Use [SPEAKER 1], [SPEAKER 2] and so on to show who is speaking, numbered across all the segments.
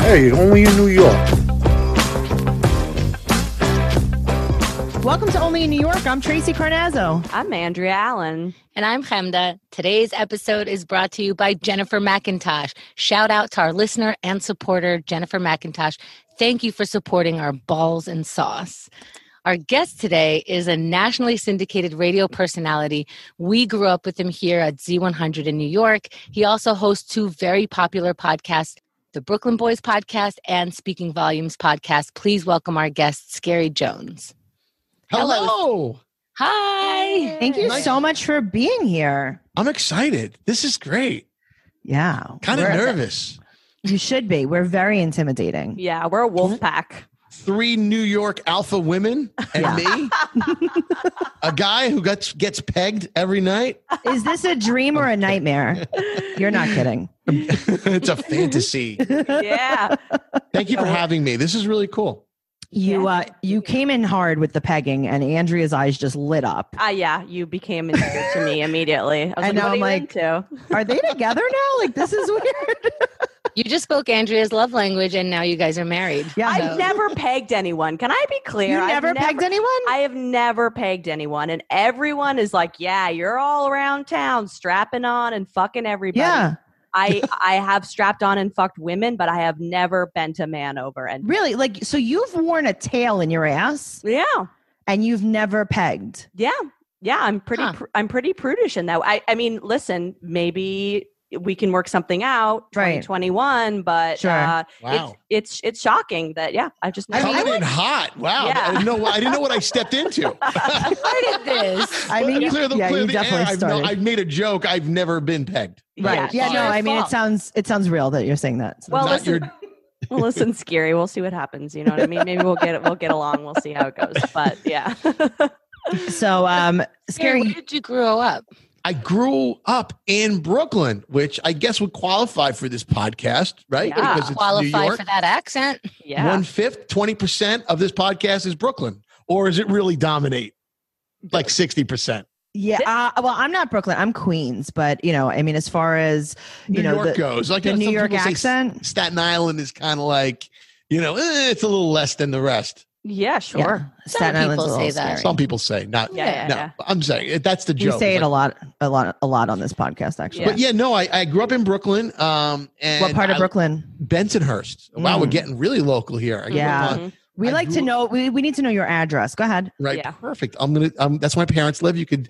[SPEAKER 1] Hey, only in New York.
[SPEAKER 2] Welcome to Only in New York. I'm Tracy Carnazzo.
[SPEAKER 3] I'm Andrea Allen.
[SPEAKER 4] And I'm Chemda. Today's episode is brought to you by Jennifer McIntosh. Shout out to our listener and supporter, Jennifer McIntosh. Thank you for supporting our balls and sauce. Our guest today is a nationally syndicated radio personality. We grew up with him here at Z100 in New York. He also hosts two very popular podcasts, the Brooklyn Boys podcast and Speaking Volumes podcast. Please welcome our guest, Scary Jones.
[SPEAKER 5] Hello.
[SPEAKER 4] Hi.
[SPEAKER 2] Thank you so much for being here.
[SPEAKER 5] I'm excited. This is great.
[SPEAKER 2] Yeah.
[SPEAKER 5] Kind of
[SPEAKER 2] we're-
[SPEAKER 5] nervous.
[SPEAKER 2] You should be. We're very intimidating.
[SPEAKER 3] Yeah, we're a wolf pack.
[SPEAKER 5] Three New York alpha women and me. a guy who gets gets pegged every night.
[SPEAKER 2] Is this a dream or a nightmare? You're not kidding.
[SPEAKER 5] it's a fantasy.
[SPEAKER 3] yeah.
[SPEAKER 5] Thank you for having me. This is really cool.
[SPEAKER 2] You
[SPEAKER 3] Yeah.
[SPEAKER 2] uh you came in hard with the pegging and Andrea's eyes just lit up.
[SPEAKER 3] Ah, yeah. You became interested to me immediately. I was
[SPEAKER 2] I
[SPEAKER 3] like,
[SPEAKER 2] know,
[SPEAKER 3] what are
[SPEAKER 2] I'm
[SPEAKER 3] you
[SPEAKER 2] like-
[SPEAKER 3] into?
[SPEAKER 2] Are they together now? Like this is weird.
[SPEAKER 4] You just spoke Andrea's love language and now you guys are married.
[SPEAKER 2] Yeah.
[SPEAKER 4] So-
[SPEAKER 3] I've never pegged anyone. Can I be clear?
[SPEAKER 2] You
[SPEAKER 3] I've
[SPEAKER 2] never pegged anyone?
[SPEAKER 3] I have never pegged anyone. And everyone is like, yeah, you're all around town strapping on and fucking everybody.
[SPEAKER 2] yeah.
[SPEAKER 3] I, I have strapped on and fucked women, but I have never bent a man over. And
[SPEAKER 2] Really? Like so you've worn a tail in your ass
[SPEAKER 3] yeah.
[SPEAKER 2] and you've never pegged.
[SPEAKER 3] Yeah. Yeah, I'm pretty
[SPEAKER 4] Huh.
[SPEAKER 3] pr- I'm pretty prudish in that. I I mean, listen, maybe we can work something out
[SPEAKER 2] Right.
[SPEAKER 3] 2021, but
[SPEAKER 2] Sure.
[SPEAKER 3] uh
[SPEAKER 5] Wow.
[SPEAKER 3] it's, it's it's shocking that yeah, I've just never
[SPEAKER 5] Coming in hot. Wow.
[SPEAKER 3] Yeah.
[SPEAKER 5] I didn't know I didn't know what I stepped into.
[SPEAKER 4] Where did this?
[SPEAKER 2] I mean, you,
[SPEAKER 5] clear the,
[SPEAKER 2] yeah,
[SPEAKER 5] clear
[SPEAKER 2] you
[SPEAKER 5] the
[SPEAKER 2] definitely
[SPEAKER 5] air. I've, no-
[SPEAKER 2] started.
[SPEAKER 5] I've made a joke. I've never been pegged.
[SPEAKER 2] right. Yeah,
[SPEAKER 3] it's
[SPEAKER 2] no,
[SPEAKER 3] your
[SPEAKER 2] I mean it
[SPEAKER 3] fault.
[SPEAKER 2] sounds it sounds real that you're saying that. So
[SPEAKER 3] Well,
[SPEAKER 5] Not
[SPEAKER 3] listen,
[SPEAKER 5] your-
[SPEAKER 3] well, listen, scary. We'll see what happens. You know what I mean? Maybe we'll get we'll get along. We'll see how it goes. But yeah,
[SPEAKER 2] so um
[SPEAKER 4] Scary, where
[SPEAKER 2] scary
[SPEAKER 4] did you grow up?
[SPEAKER 5] I grew up in Brooklyn, which I guess would qualify for this podcast, right?
[SPEAKER 3] Yeah.
[SPEAKER 5] Because it's New
[SPEAKER 4] Qualify
[SPEAKER 5] York.
[SPEAKER 4] for that accent?
[SPEAKER 3] yeah.
[SPEAKER 5] One fifth, twenty percent of this podcast is Brooklyn, or is it really dominate? Like sixty percent.
[SPEAKER 2] yeah uh, well i'm not brooklyn i'm queens but you know i mean as far as
[SPEAKER 5] New
[SPEAKER 2] you know
[SPEAKER 5] York
[SPEAKER 2] the,
[SPEAKER 5] goes like
[SPEAKER 2] the
[SPEAKER 5] you know,
[SPEAKER 2] new
[SPEAKER 5] some
[SPEAKER 2] york
[SPEAKER 5] people say
[SPEAKER 2] accent
[SPEAKER 5] Staten Island is kind of like you know eh, it's a little less than the rest.
[SPEAKER 3] yeah,
[SPEAKER 2] yeah.
[SPEAKER 3] sure.
[SPEAKER 2] staten island's
[SPEAKER 4] people
[SPEAKER 2] a
[SPEAKER 4] say
[SPEAKER 2] little
[SPEAKER 4] that.
[SPEAKER 2] scary.
[SPEAKER 5] Some people say not.
[SPEAKER 3] Yeah, yeah,
[SPEAKER 5] no,
[SPEAKER 3] yeah.
[SPEAKER 5] I'm saying it- that's the
[SPEAKER 2] we
[SPEAKER 5] joke.
[SPEAKER 2] say it
[SPEAKER 5] Like-
[SPEAKER 2] a lot a lot a lot on this podcast actually
[SPEAKER 5] But yeah, no, I, I grew up in Brooklyn. Um, and
[SPEAKER 2] what part of
[SPEAKER 5] I-
[SPEAKER 2] brooklyn
[SPEAKER 5] Bensonhurst. Wow, we're
[SPEAKER 2] Mm.
[SPEAKER 5] getting really local here. I grew
[SPEAKER 2] Yeah.
[SPEAKER 5] up
[SPEAKER 3] Mhm.
[SPEAKER 5] on-
[SPEAKER 2] we
[SPEAKER 5] I
[SPEAKER 2] like to
[SPEAKER 5] grew-
[SPEAKER 2] know we, we need to know your address go ahead
[SPEAKER 5] Right.
[SPEAKER 3] Yeah.
[SPEAKER 5] Perfect. I'm gonna. Um, that's where my parents live. You could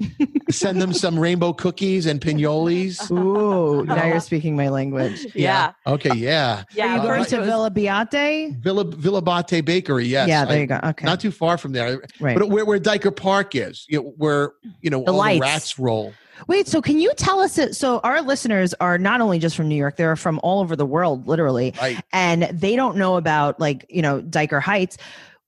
[SPEAKER 5] send them some rainbow cookies and pinolis.
[SPEAKER 2] ooh now you're speaking my language
[SPEAKER 3] yeah,
[SPEAKER 5] Okay. Yeah.
[SPEAKER 3] yeah.
[SPEAKER 2] are you
[SPEAKER 5] Uh,
[SPEAKER 2] going
[SPEAKER 5] right.
[SPEAKER 2] to villa biate
[SPEAKER 5] Villa Villa Bate Bakery. Yes.
[SPEAKER 2] yeah there
[SPEAKER 5] I-
[SPEAKER 2] you go okay
[SPEAKER 5] Not too far from there,
[SPEAKER 2] right
[SPEAKER 5] but where where Diker Park is, you know, where you know
[SPEAKER 2] The
[SPEAKER 5] all
[SPEAKER 2] lights.
[SPEAKER 5] the rats roll.
[SPEAKER 2] Wait, so can you tell us? So our listeners are not only just from New York; they're from all over the world, literally,
[SPEAKER 5] Right.
[SPEAKER 2] and they don't know about like you know Diker Heights.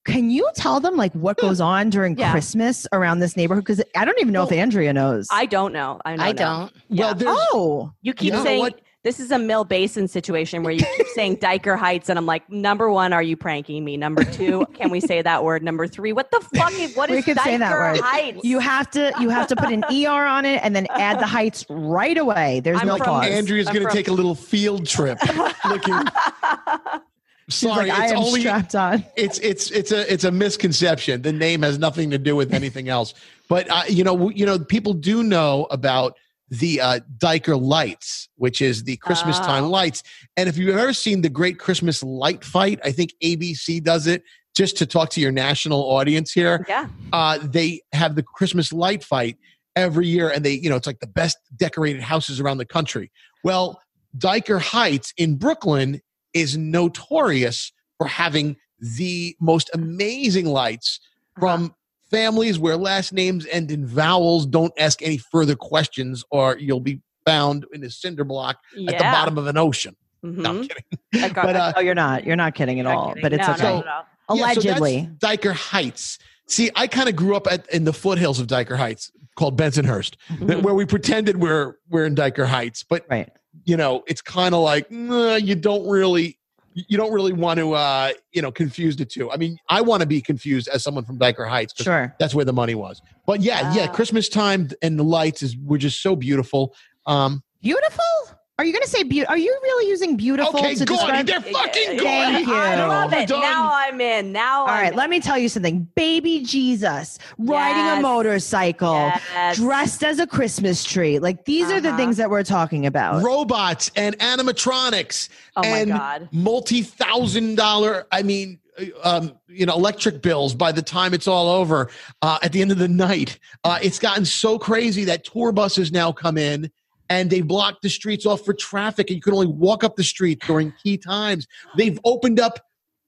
[SPEAKER 2] Can you tell them like what
[SPEAKER 5] Hmm.
[SPEAKER 2] goes on during
[SPEAKER 3] Yeah.
[SPEAKER 2] Christmas around this neighborhood? Because I don't even know if Andrea knows.
[SPEAKER 3] I don't know. I, know
[SPEAKER 4] I
[SPEAKER 3] now.
[SPEAKER 4] don't.
[SPEAKER 3] Yeah.
[SPEAKER 5] Well, there's
[SPEAKER 2] oh,
[SPEAKER 3] You keep
[SPEAKER 5] know
[SPEAKER 3] saying
[SPEAKER 5] what?
[SPEAKER 3] this is a Mill Basin situation where you keep saying Diker Heights, and I'm like, number one, are you pranking me? Number two, can we say that word? Number three, what the fuck is what
[SPEAKER 2] We
[SPEAKER 3] is
[SPEAKER 2] could
[SPEAKER 3] Diker
[SPEAKER 2] say that word.
[SPEAKER 3] Heights?
[SPEAKER 2] you have to you have to put an er on it and then add the heights right away. There's
[SPEAKER 3] I'm
[SPEAKER 2] no
[SPEAKER 3] from
[SPEAKER 2] pause.
[SPEAKER 5] Andrea's
[SPEAKER 3] I'm
[SPEAKER 5] going to
[SPEAKER 3] from-
[SPEAKER 5] take a little field trip. Looking.
[SPEAKER 2] She's
[SPEAKER 5] Sorry,
[SPEAKER 2] like, I
[SPEAKER 5] it's
[SPEAKER 2] am
[SPEAKER 5] only
[SPEAKER 2] strapped on.
[SPEAKER 5] it's it's it's a it's a misconception. The name has nothing to do with anything else. But uh, you know, w- you know, people do know about the uh, Diker lights, which is the Christmas time
[SPEAKER 3] Oh.
[SPEAKER 5] lights. And if you've ever seen the Great Christmas Light Fight, I think ABC does it just to talk to your national audience here
[SPEAKER 3] yeah,
[SPEAKER 5] uh, they have the Christmas light fight every year, and they, you know, it's like the best decorated houses around the country. Well, Diker Heights in Brooklyn is notorious for having the most amazing lights from families where last names end in vowels. Don't ask any further questions, or you'll be found in a cinder block
[SPEAKER 3] yeah.
[SPEAKER 5] at the bottom of an ocean. No, I'm
[SPEAKER 3] Mhm.
[SPEAKER 5] kidding.
[SPEAKER 3] That gar-
[SPEAKER 5] But uh,
[SPEAKER 2] Oh, you're not. You're not kidding at
[SPEAKER 3] I'm
[SPEAKER 2] all.
[SPEAKER 3] kidding.
[SPEAKER 2] But it's
[SPEAKER 3] No,
[SPEAKER 2] okay.
[SPEAKER 3] no, no, no.
[SPEAKER 5] Yeah, so that's
[SPEAKER 2] Allegedly,
[SPEAKER 5] Diker Heights. See, I kind of grew up at, in the foothills of Diker Heights, called Bensonhurst, that,
[SPEAKER 2] Mm-hmm.
[SPEAKER 3] Mhm.
[SPEAKER 5] where we pretended we're we're in Diker Heights, but
[SPEAKER 2] right?
[SPEAKER 5] you know, it's kind of like nah, you don't really you don't really want to uh, you know confuse the two. I mean, I want to be confused as someone from Diker Heights. 'cause
[SPEAKER 2] Sure.
[SPEAKER 5] That's where the money was. But yeah, yeah,
[SPEAKER 3] Ah.
[SPEAKER 5] Christmas time and the lights is were just so beautiful. Um,
[SPEAKER 2] Beautiful. Are you going to say beautiful? Are you really using beautiful
[SPEAKER 5] Okay,
[SPEAKER 2] to
[SPEAKER 5] Gordy,
[SPEAKER 2] describe?
[SPEAKER 5] they're fucking Gordy.
[SPEAKER 2] Thank you.
[SPEAKER 3] I love
[SPEAKER 5] We're
[SPEAKER 3] it.
[SPEAKER 5] done.
[SPEAKER 3] Now I'm in. Now
[SPEAKER 2] All right, let me tell you something. Baby Jesus riding
[SPEAKER 3] Yes.
[SPEAKER 2] a motorcycle, dressed as a Christmas tree. Like these are the
[SPEAKER 3] Uh-huh.
[SPEAKER 2] things that we're talking about.
[SPEAKER 5] robots and animatronics
[SPEAKER 3] Oh my
[SPEAKER 5] and
[SPEAKER 3] god.
[SPEAKER 5] multi-thousand dollar i mean uh, um, you know electric bills by the time it's all over uh, at the end of the night uh, it's gotten so crazy that tour buses now come in and they block the streets off for traffic and you can only walk up the street during key times they've opened up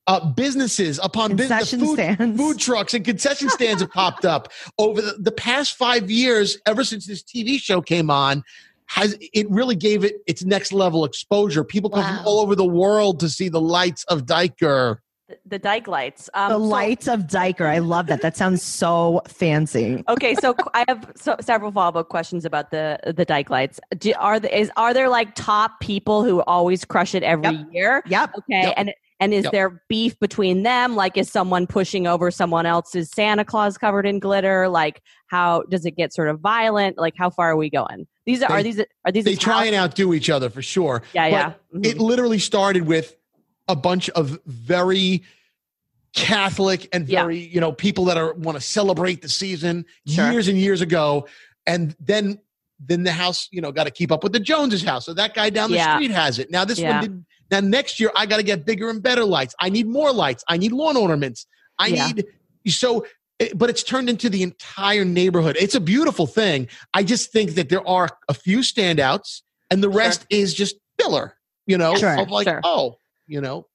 [SPEAKER 5] uh, businesses upon business
[SPEAKER 2] Concession stands.
[SPEAKER 5] food trucks and concession stands have popped up over the, the past five years ever since this tv show came on has it really gave it its next level exposure people come
[SPEAKER 4] Wow.
[SPEAKER 5] from all over the world to see the lights of diker
[SPEAKER 3] The, the Dyke lights. Um,
[SPEAKER 2] the
[SPEAKER 3] so-
[SPEAKER 2] lights of Diker. I love that. That sounds so fancy.
[SPEAKER 3] okay, so qu- I have so, several follow up questions about the the Dyke lights. Do, are the, is are there like top people who always crush it every year?
[SPEAKER 2] Yep.
[SPEAKER 3] Okay,
[SPEAKER 5] Yep.
[SPEAKER 3] and and is
[SPEAKER 5] Yep.
[SPEAKER 3] there beef between them? Like, is someone pushing over someone else's Santa Claus covered in glitter? Like, how does it get sort of violent? Like, how far are we going? These are,
[SPEAKER 5] They-
[SPEAKER 3] are these are these
[SPEAKER 5] they
[SPEAKER 3] his
[SPEAKER 5] try
[SPEAKER 3] house-
[SPEAKER 5] and outdo each other for sure
[SPEAKER 3] yeah
[SPEAKER 5] but
[SPEAKER 3] yeah Mhm.
[SPEAKER 5] it literally started with a bunch of very catholic and
[SPEAKER 3] Yeah.
[SPEAKER 5] very you know people that are want to celebrate the season
[SPEAKER 3] Sure.
[SPEAKER 5] years and years ago and then then the house you know got to keep up with the jones's house so that guy down the
[SPEAKER 3] Yeah.
[SPEAKER 5] street has it now this
[SPEAKER 3] Yeah.
[SPEAKER 5] one did now next year i got to get bigger and better lights i need more lights i need lawn ornaments i
[SPEAKER 3] Yeah.
[SPEAKER 5] need so it- but it's turned into the entire neighborhood it's a beautiful thing i just think that there are a few standouts and the
[SPEAKER 3] Sure.
[SPEAKER 5] rest is just filler you know
[SPEAKER 2] Sure,
[SPEAKER 5] of like
[SPEAKER 3] sure.
[SPEAKER 5] oh you know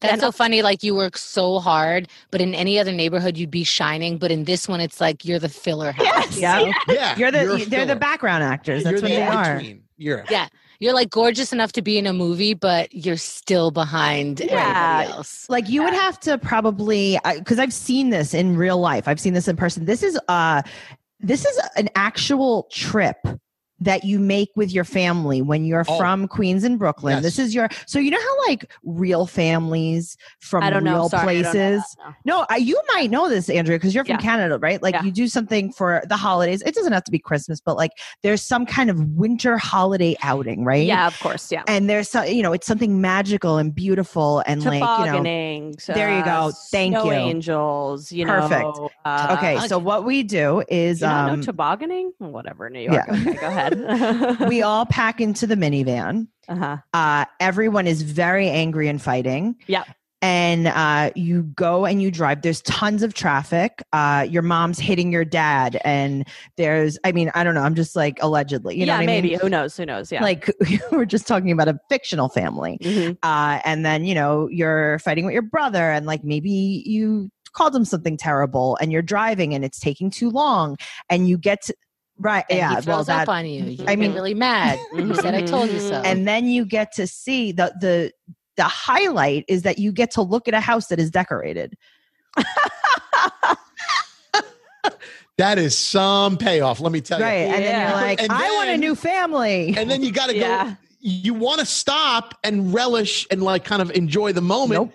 [SPEAKER 4] That's
[SPEAKER 3] And-
[SPEAKER 4] so funny. Like you work so hard, but in any other neighborhood you'd be shining, but in this one it's like you're the filler house.
[SPEAKER 2] Yeah.
[SPEAKER 5] yeah
[SPEAKER 2] You're the
[SPEAKER 5] a
[SPEAKER 2] they're the
[SPEAKER 5] filler.
[SPEAKER 2] background actors. That's
[SPEAKER 5] You're
[SPEAKER 2] what
[SPEAKER 5] the
[SPEAKER 2] they are.
[SPEAKER 5] in-between. you're
[SPEAKER 4] Yeah. You're like gorgeous enough to be in a movie, but you're still behind
[SPEAKER 3] Yeah.
[SPEAKER 4] everybody else.
[SPEAKER 2] Like you would have to probably because I've seen this in real life. I've seen this in person. This is uh this is an actual trip that you make with your family when you're
[SPEAKER 5] Oh.
[SPEAKER 2] from Queens and Brooklyn.
[SPEAKER 5] Yes.
[SPEAKER 2] This is your so you know how like real families from
[SPEAKER 3] I don't
[SPEAKER 2] real
[SPEAKER 3] know sorry, I don't know
[SPEAKER 2] places.
[SPEAKER 3] that, no.
[SPEAKER 2] No, I, you might know this, Andrea, because you're from
[SPEAKER 3] Yeah.
[SPEAKER 2] Canada, right? Like
[SPEAKER 3] Yeah.
[SPEAKER 2] you do something for the holidays. It doesn't have to be Christmas, but like there's some kind of winter holiday outing, right?
[SPEAKER 3] yeah of course yeah
[SPEAKER 2] And there's so you know it's something magical and beautiful and like you know.
[SPEAKER 3] tobogganing uh,
[SPEAKER 2] there you go. Thank
[SPEAKER 3] snow
[SPEAKER 2] you.
[SPEAKER 3] angels you
[SPEAKER 2] Perfect.
[SPEAKER 3] know uh,
[SPEAKER 2] Okay, so what we do is
[SPEAKER 3] you don't know
[SPEAKER 2] um,
[SPEAKER 3] tobogganing whatever new york
[SPEAKER 2] yeah.
[SPEAKER 3] okay go ahead
[SPEAKER 2] we all pack into the minivan.
[SPEAKER 3] uh-huh.
[SPEAKER 2] Uh, everyone is very angry and fighting.
[SPEAKER 3] Yeah.
[SPEAKER 2] And uh, you go and you drive. There's tons of traffic. Uh, your mom's hitting your dad, and there's, I mean, I don't know. I'm just like allegedly, you know,
[SPEAKER 3] yeah
[SPEAKER 2] what I
[SPEAKER 3] maybe
[SPEAKER 2] mean?
[SPEAKER 3] who knows who knows yeah
[SPEAKER 2] Like we're just talking about a fictional family,
[SPEAKER 3] Mhm.
[SPEAKER 2] uh, and then you know you're fighting with your brother, and like maybe you called him something terrible, and you're driving, and it's taking too long, and you get to, right,
[SPEAKER 4] And
[SPEAKER 2] yeah,
[SPEAKER 4] he
[SPEAKER 2] well
[SPEAKER 4] throws
[SPEAKER 2] that
[SPEAKER 4] up on you. You
[SPEAKER 2] I
[SPEAKER 4] I
[SPEAKER 2] mean-
[SPEAKER 4] mean, really mad. You said I told you
[SPEAKER 3] Mm-hmm.
[SPEAKER 4] so.
[SPEAKER 2] and then you get to see the the the highlight is that you get to look at a house that is decorated.
[SPEAKER 5] that is some payoff let me tell
[SPEAKER 2] Right.
[SPEAKER 5] you
[SPEAKER 2] And then
[SPEAKER 3] Yeah.
[SPEAKER 2] you're like,
[SPEAKER 5] And
[SPEAKER 2] I want a
[SPEAKER 5] then-
[SPEAKER 2] new family.
[SPEAKER 5] and then you got to
[SPEAKER 3] Yeah.
[SPEAKER 5] go you want to stop and relish and like kind of enjoy the moment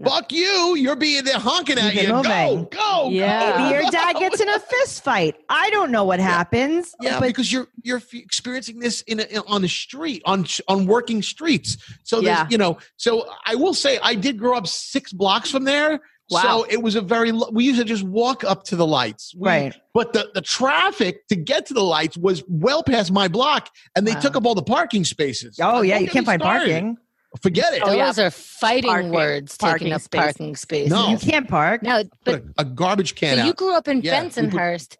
[SPEAKER 2] Nope.
[SPEAKER 5] fuck you you're being there honking at
[SPEAKER 2] Keep
[SPEAKER 5] you
[SPEAKER 2] it moving.
[SPEAKER 5] go go
[SPEAKER 3] Yeah.
[SPEAKER 5] go,
[SPEAKER 2] Maybe your
[SPEAKER 5] go.
[SPEAKER 2] dad gets in a fist fight. I don't know what happens.
[SPEAKER 5] Yeah,
[SPEAKER 2] but
[SPEAKER 5] because you're you're f- experiencing this in, a, in- on the street on sh- on working streets. So there's
[SPEAKER 3] Yeah.
[SPEAKER 5] you know, so I will say I did grow up six blocks from there.
[SPEAKER 3] Wow.
[SPEAKER 5] So it was a very lo- we used to just walk up to the lights. We-
[SPEAKER 2] right. Oh,
[SPEAKER 5] But the the traffic to get to the lights was well past my block, and they
[SPEAKER 4] Wow.
[SPEAKER 5] took up all the parking spaces.
[SPEAKER 2] Oh
[SPEAKER 5] Don't
[SPEAKER 2] yeah,
[SPEAKER 5] get
[SPEAKER 2] you
[SPEAKER 5] me
[SPEAKER 2] can't find
[SPEAKER 5] started.
[SPEAKER 2] parking.
[SPEAKER 5] Forget it.
[SPEAKER 3] Oh, yeah.
[SPEAKER 4] Those are fighting
[SPEAKER 3] Parking-
[SPEAKER 4] words
[SPEAKER 3] parking
[SPEAKER 4] taking up
[SPEAKER 3] space.
[SPEAKER 4] parking space.
[SPEAKER 5] No.
[SPEAKER 2] You can't park.
[SPEAKER 4] No, but
[SPEAKER 5] Put a, a garbage can
[SPEAKER 4] So
[SPEAKER 5] out.
[SPEAKER 4] you grew up in
[SPEAKER 5] Yeah, we would-
[SPEAKER 4] Bensonhurst.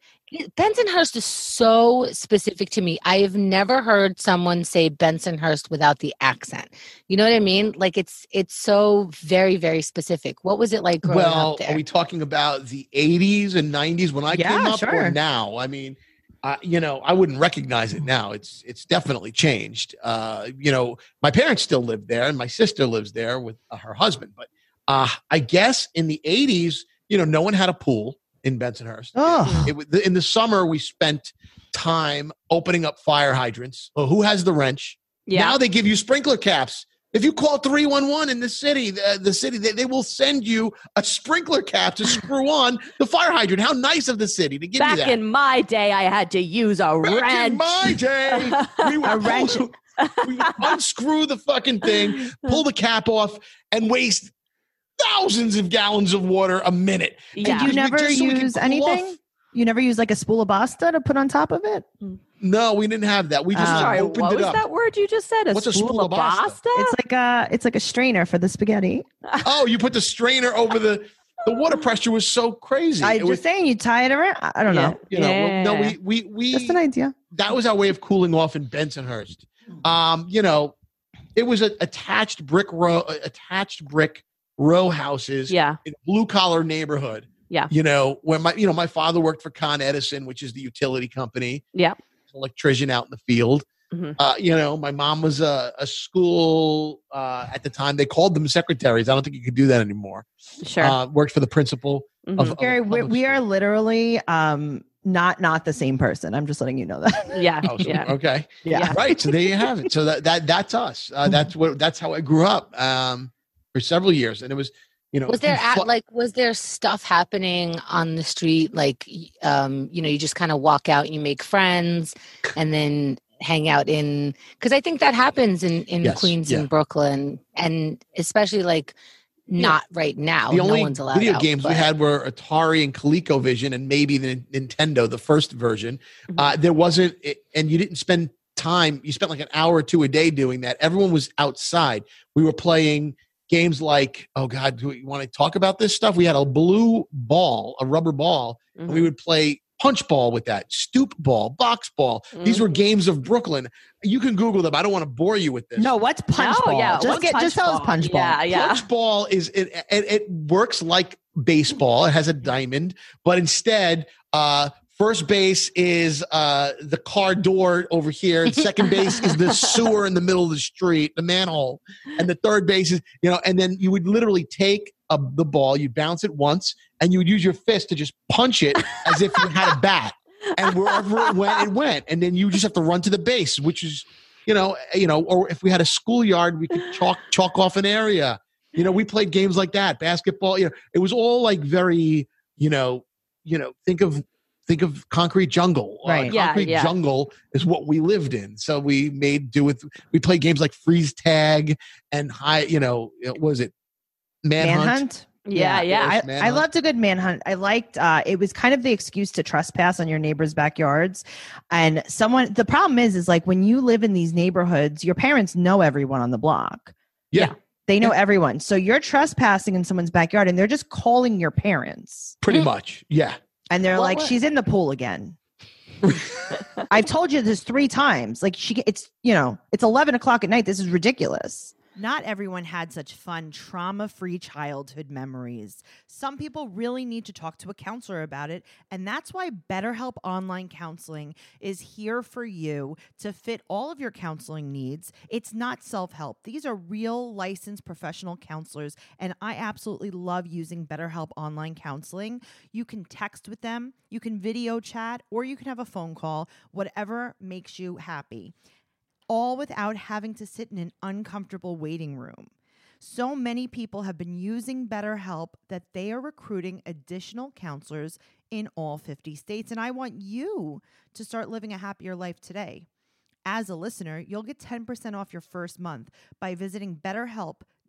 [SPEAKER 4] Bensonhurst is so specific to me. I have never heard someone say Bensonhurst without the accent. You know what I mean? Like it's it's so very very specific. What was it like growing
[SPEAKER 5] well,
[SPEAKER 4] up there?
[SPEAKER 5] are we talking about the 80s and 90s when I came
[SPEAKER 2] Yeah,
[SPEAKER 5] up
[SPEAKER 2] sure.
[SPEAKER 5] or now? I mean, uh, you know, I wouldn't recognize it now. It's it's definitely changed. Uh, you know, my parents still live there and my sister lives there with uh, her husband, but uh, I guess in the 80s, you know, no one had a pool in Bensonhurst.
[SPEAKER 2] Oh,
[SPEAKER 5] It, wa- in the summer we spent time opening up fire hydrants. Well, who has the wrench?
[SPEAKER 3] yeah
[SPEAKER 5] Now they give you sprinkler caps. If you call 311 in the city, the, the city, they, they will send you a sprinkler cap to screw on the fire hydrant. How nice of the city to give you
[SPEAKER 3] back
[SPEAKER 5] that.
[SPEAKER 3] in my day i had to use a
[SPEAKER 5] Back
[SPEAKER 3] wrench
[SPEAKER 5] in my day, we were
[SPEAKER 2] A wrench.
[SPEAKER 5] We unscrew the fucking thing, pull the cap off, and waste thousands of gallons of water a minute.
[SPEAKER 3] yeah.
[SPEAKER 5] Just-
[SPEAKER 2] you
[SPEAKER 5] we-
[SPEAKER 2] never
[SPEAKER 5] just so we can
[SPEAKER 2] use
[SPEAKER 5] cool
[SPEAKER 2] anything? Uh,
[SPEAKER 5] off.
[SPEAKER 2] You never use like a spool of pasta to put on top of it?
[SPEAKER 5] No, we didn't have that. We just
[SPEAKER 2] Um,
[SPEAKER 5] like,
[SPEAKER 3] Sorry,
[SPEAKER 5] opened
[SPEAKER 3] what
[SPEAKER 5] it
[SPEAKER 3] was
[SPEAKER 5] up.
[SPEAKER 3] that word you just said? A
[SPEAKER 5] What's a
[SPEAKER 3] spool,
[SPEAKER 5] spool
[SPEAKER 3] of
[SPEAKER 5] of pasta?
[SPEAKER 3] pasta?
[SPEAKER 2] It's like a it's like a strainer for the spaghetti.
[SPEAKER 5] Oh, you put the strainer over the the water pressure was so crazy.
[SPEAKER 2] I
[SPEAKER 5] It
[SPEAKER 2] just
[SPEAKER 5] was,
[SPEAKER 2] saying you tie it around. I I don't know.
[SPEAKER 5] you know,
[SPEAKER 3] Yeah.
[SPEAKER 5] no, we we we
[SPEAKER 2] Just an idea.
[SPEAKER 5] that was our way of cooling off in Bensonhurst. Um, you know, it was a attached brick row, attached brick row houses
[SPEAKER 3] yeah.
[SPEAKER 5] in blue collar neighborhood.
[SPEAKER 3] Yeah.
[SPEAKER 5] you know where my you know my father worked for Con Edison, which is the utility company.
[SPEAKER 3] Yeah.
[SPEAKER 5] electrician out in the field.
[SPEAKER 3] Mhm.
[SPEAKER 5] Uh, you know, my mom was a, a school uh, at the time. They called them secretaries. I don't think you could do that anymore.
[SPEAKER 3] Sure.
[SPEAKER 5] Uh, worked for the principal
[SPEAKER 3] Mhm.
[SPEAKER 5] of, of a
[SPEAKER 2] Gary, we,
[SPEAKER 5] public
[SPEAKER 2] we are
[SPEAKER 5] school.
[SPEAKER 2] literally um not not the same person. I'm just letting you know that.
[SPEAKER 3] Mm-hmm. yeah.
[SPEAKER 5] Oh, so-
[SPEAKER 3] yeah.
[SPEAKER 5] Okay.
[SPEAKER 2] Yeah.
[SPEAKER 5] right. So there you have it. So that, that that's us.
[SPEAKER 4] Mm-hmm.
[SPEAKER 5] Uh, that's what that's how I grew up um, for several years, and it was you know
[SPEAKER 4] was there
[SPEAKER 5] you
[SPEAKER 4] at,
[SPEAKER 5] fu-
[SPEAKER 4] like was there stuff happening on the street like y- um you know you just kind of walk out and you make friends and then hang out in because i think that happens in in
[SPEAKER 5] Yes,
[SPEAKER 4] queens
[SPEAKER 5] yeah.
[SPEAKER 4] and brooklyn and especially like not right now
[SPEAKER 5] the only
[SPEAKER 4] no one's allowed
[SPEAKER 5] video
[SPEAKER 4] out,
[SPEAKER 5] games we
[SPEAKER 4] but-
[SPEAKER 5] had were Atari and ColecoVision, and maybe the Nintendo, the first version.
[SPEAKER 3] Mhm.
[SPEAKER 4] Mm-hmm.
[SPEAKER 5] Uh, there wasn't, it- and you didn't spend time. You spent like an hour or two a day doing that. Everyone was outside. We were playing games like, oh god, do we want to talk about this stuff? We had a blue ball, a rubber ball,
[SPEAKER 3] Mhm.
[SPEAKER 5] and we would play punch ball with that stoop ball box ball these were games of brooklyn you can google them i don't want to bore you with this
[SPEAKER 2] No, what's punch
[SPEAKER 3] No,
[SPEAKER 2] ball?
[SPEAKER 3] yeah,
[SPEAKER 2] just
[SPEAKER 3] what's
[SPEAKER 2] get
[SPEAKER 3] punch
[SPEAKER 2] just tell us
[SPEAKER 3] ball?
[SPEAKER 2] punch ball.
[SPEAKER 3] Yeah, yeah.
[SPEAKER 5] punch ball is it, it it works like baseball it has a diamond but instead uh First base is uh, the car door over here. and Second base is the sewer in the middle of the street, the manhole. And the third base is, you know, and then you would literally take a, the ball, you'd bounce it once, and you would use your fist to just punch it as if you had a bat. And wherever it went, it went. And then you just have to run to the base, which is, you know, eh, you know, or if we had a schoolyard, we could chalk chalk off an area. You know, we played games like that, basketball. You know, it was all like very, you know, you know, think of think of concrete jungle. Uh,
[SPEAKER 2] Right.
[SPEAKER 3] Yeah,
[SPEAKER 5] concrete
[SPEAKER 3] yeah.
[SPEAKER 5] jungle is what we lived in. So we made do with we played games like freeze tag and high, you know, it was it manhunt.
[SPEAKER 2] Manhunt.
[SPEAKER 3] yeah.
[SPEAKER 5] yeah.
[SPEAKER 3] Yeah.
[SPEAKER 2] I, I
[SPEAKER 5] Manhunt.
[SPEAKER 2] loved a good manhunt. I liked uh it was kind of the excuse to trespass on your neighbor's backyards. And someone the problem is is like when you live in these neighborhoods, your parents know everyone on the block.
[SPEAKER 5] Yeah.
[SPEAKER 2] They know everyone. So you're trespassing in someone's backyard and they're just calling your parents.
[SPEAKER 5] Pretty much. Yeah.
[SPEAKER 2] And they're
[SPEAKER 4] What-
[SPEAKER 2] like,
[SPEAKER 4] what-
[SPEAKER 2] she's in the pool again. I've told you this three times. Like she, it's you know, it's eleven o'clock at night. This is ridiculous. Not everyone had such fun, trauma-free childhood memories. Some people really need to talk to a counselor about it, and that's why BetterHelp Online Counseling is here for you to fit all of your counseling needs. It's not self-help. These are real licensed professional counselors, and I absolutely love using BetterHelp Online Counseling. You can text with them, you can video chat, or you can have a phone call, whatever makes you happy, all without having to sit in an uncomfortable waiting room. So many people have been using BetterHelp that they are recruiting additional counselors in all 50 states. And I want you to start living a happier life today. As a listener, you'll get 10% off your first month by visiting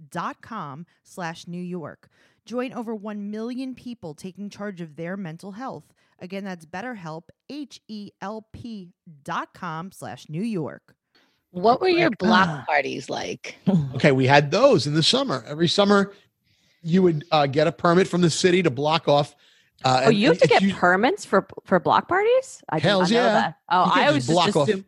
[SPEAKER 2] betterhelp.com slash New York. Join over 1 million people taking charge of their mental health. Again, that's BetterHelp, H-E-L-P dot com slash New York.
[SPEAKER 4] what were your
[SPEAKER 2] Like,
[SPEAKER 4] block
[SPEAKER 5] uh,
[SPEAKER 2] ah.
[SPEAKER 4] parties like
[SPEAKER 5] Okay, we had those in the summer. Every summer, you would uh, get a permit from the city to block off. Uh,
[SPEAKER 3] Oh,
[SPEAKER 5] and-
[SPEAKER 3] you have to
[SPEAKER 5] and
[SPEAKER 3] get
[SPEAKER 5] you-
[SPEAKER 3] permits for for block parties? I did not
[SPEAKER 5] Hells
[SPEAKER 3] know
[SPEAKER 5] yeah.
[SPEAKER 3] that.
[SPEAKER 5] You
[SPEAKER 3] Oh,
[SPEAKER 5] can't
[SPEAKER 3] I
[SPEAKER 5] just
[SPEAKER 3] always
[SPEAKER 5] block
[SPEAKER 3] just
[SPEAKER 5] off.
[SPEAKER 3] assume,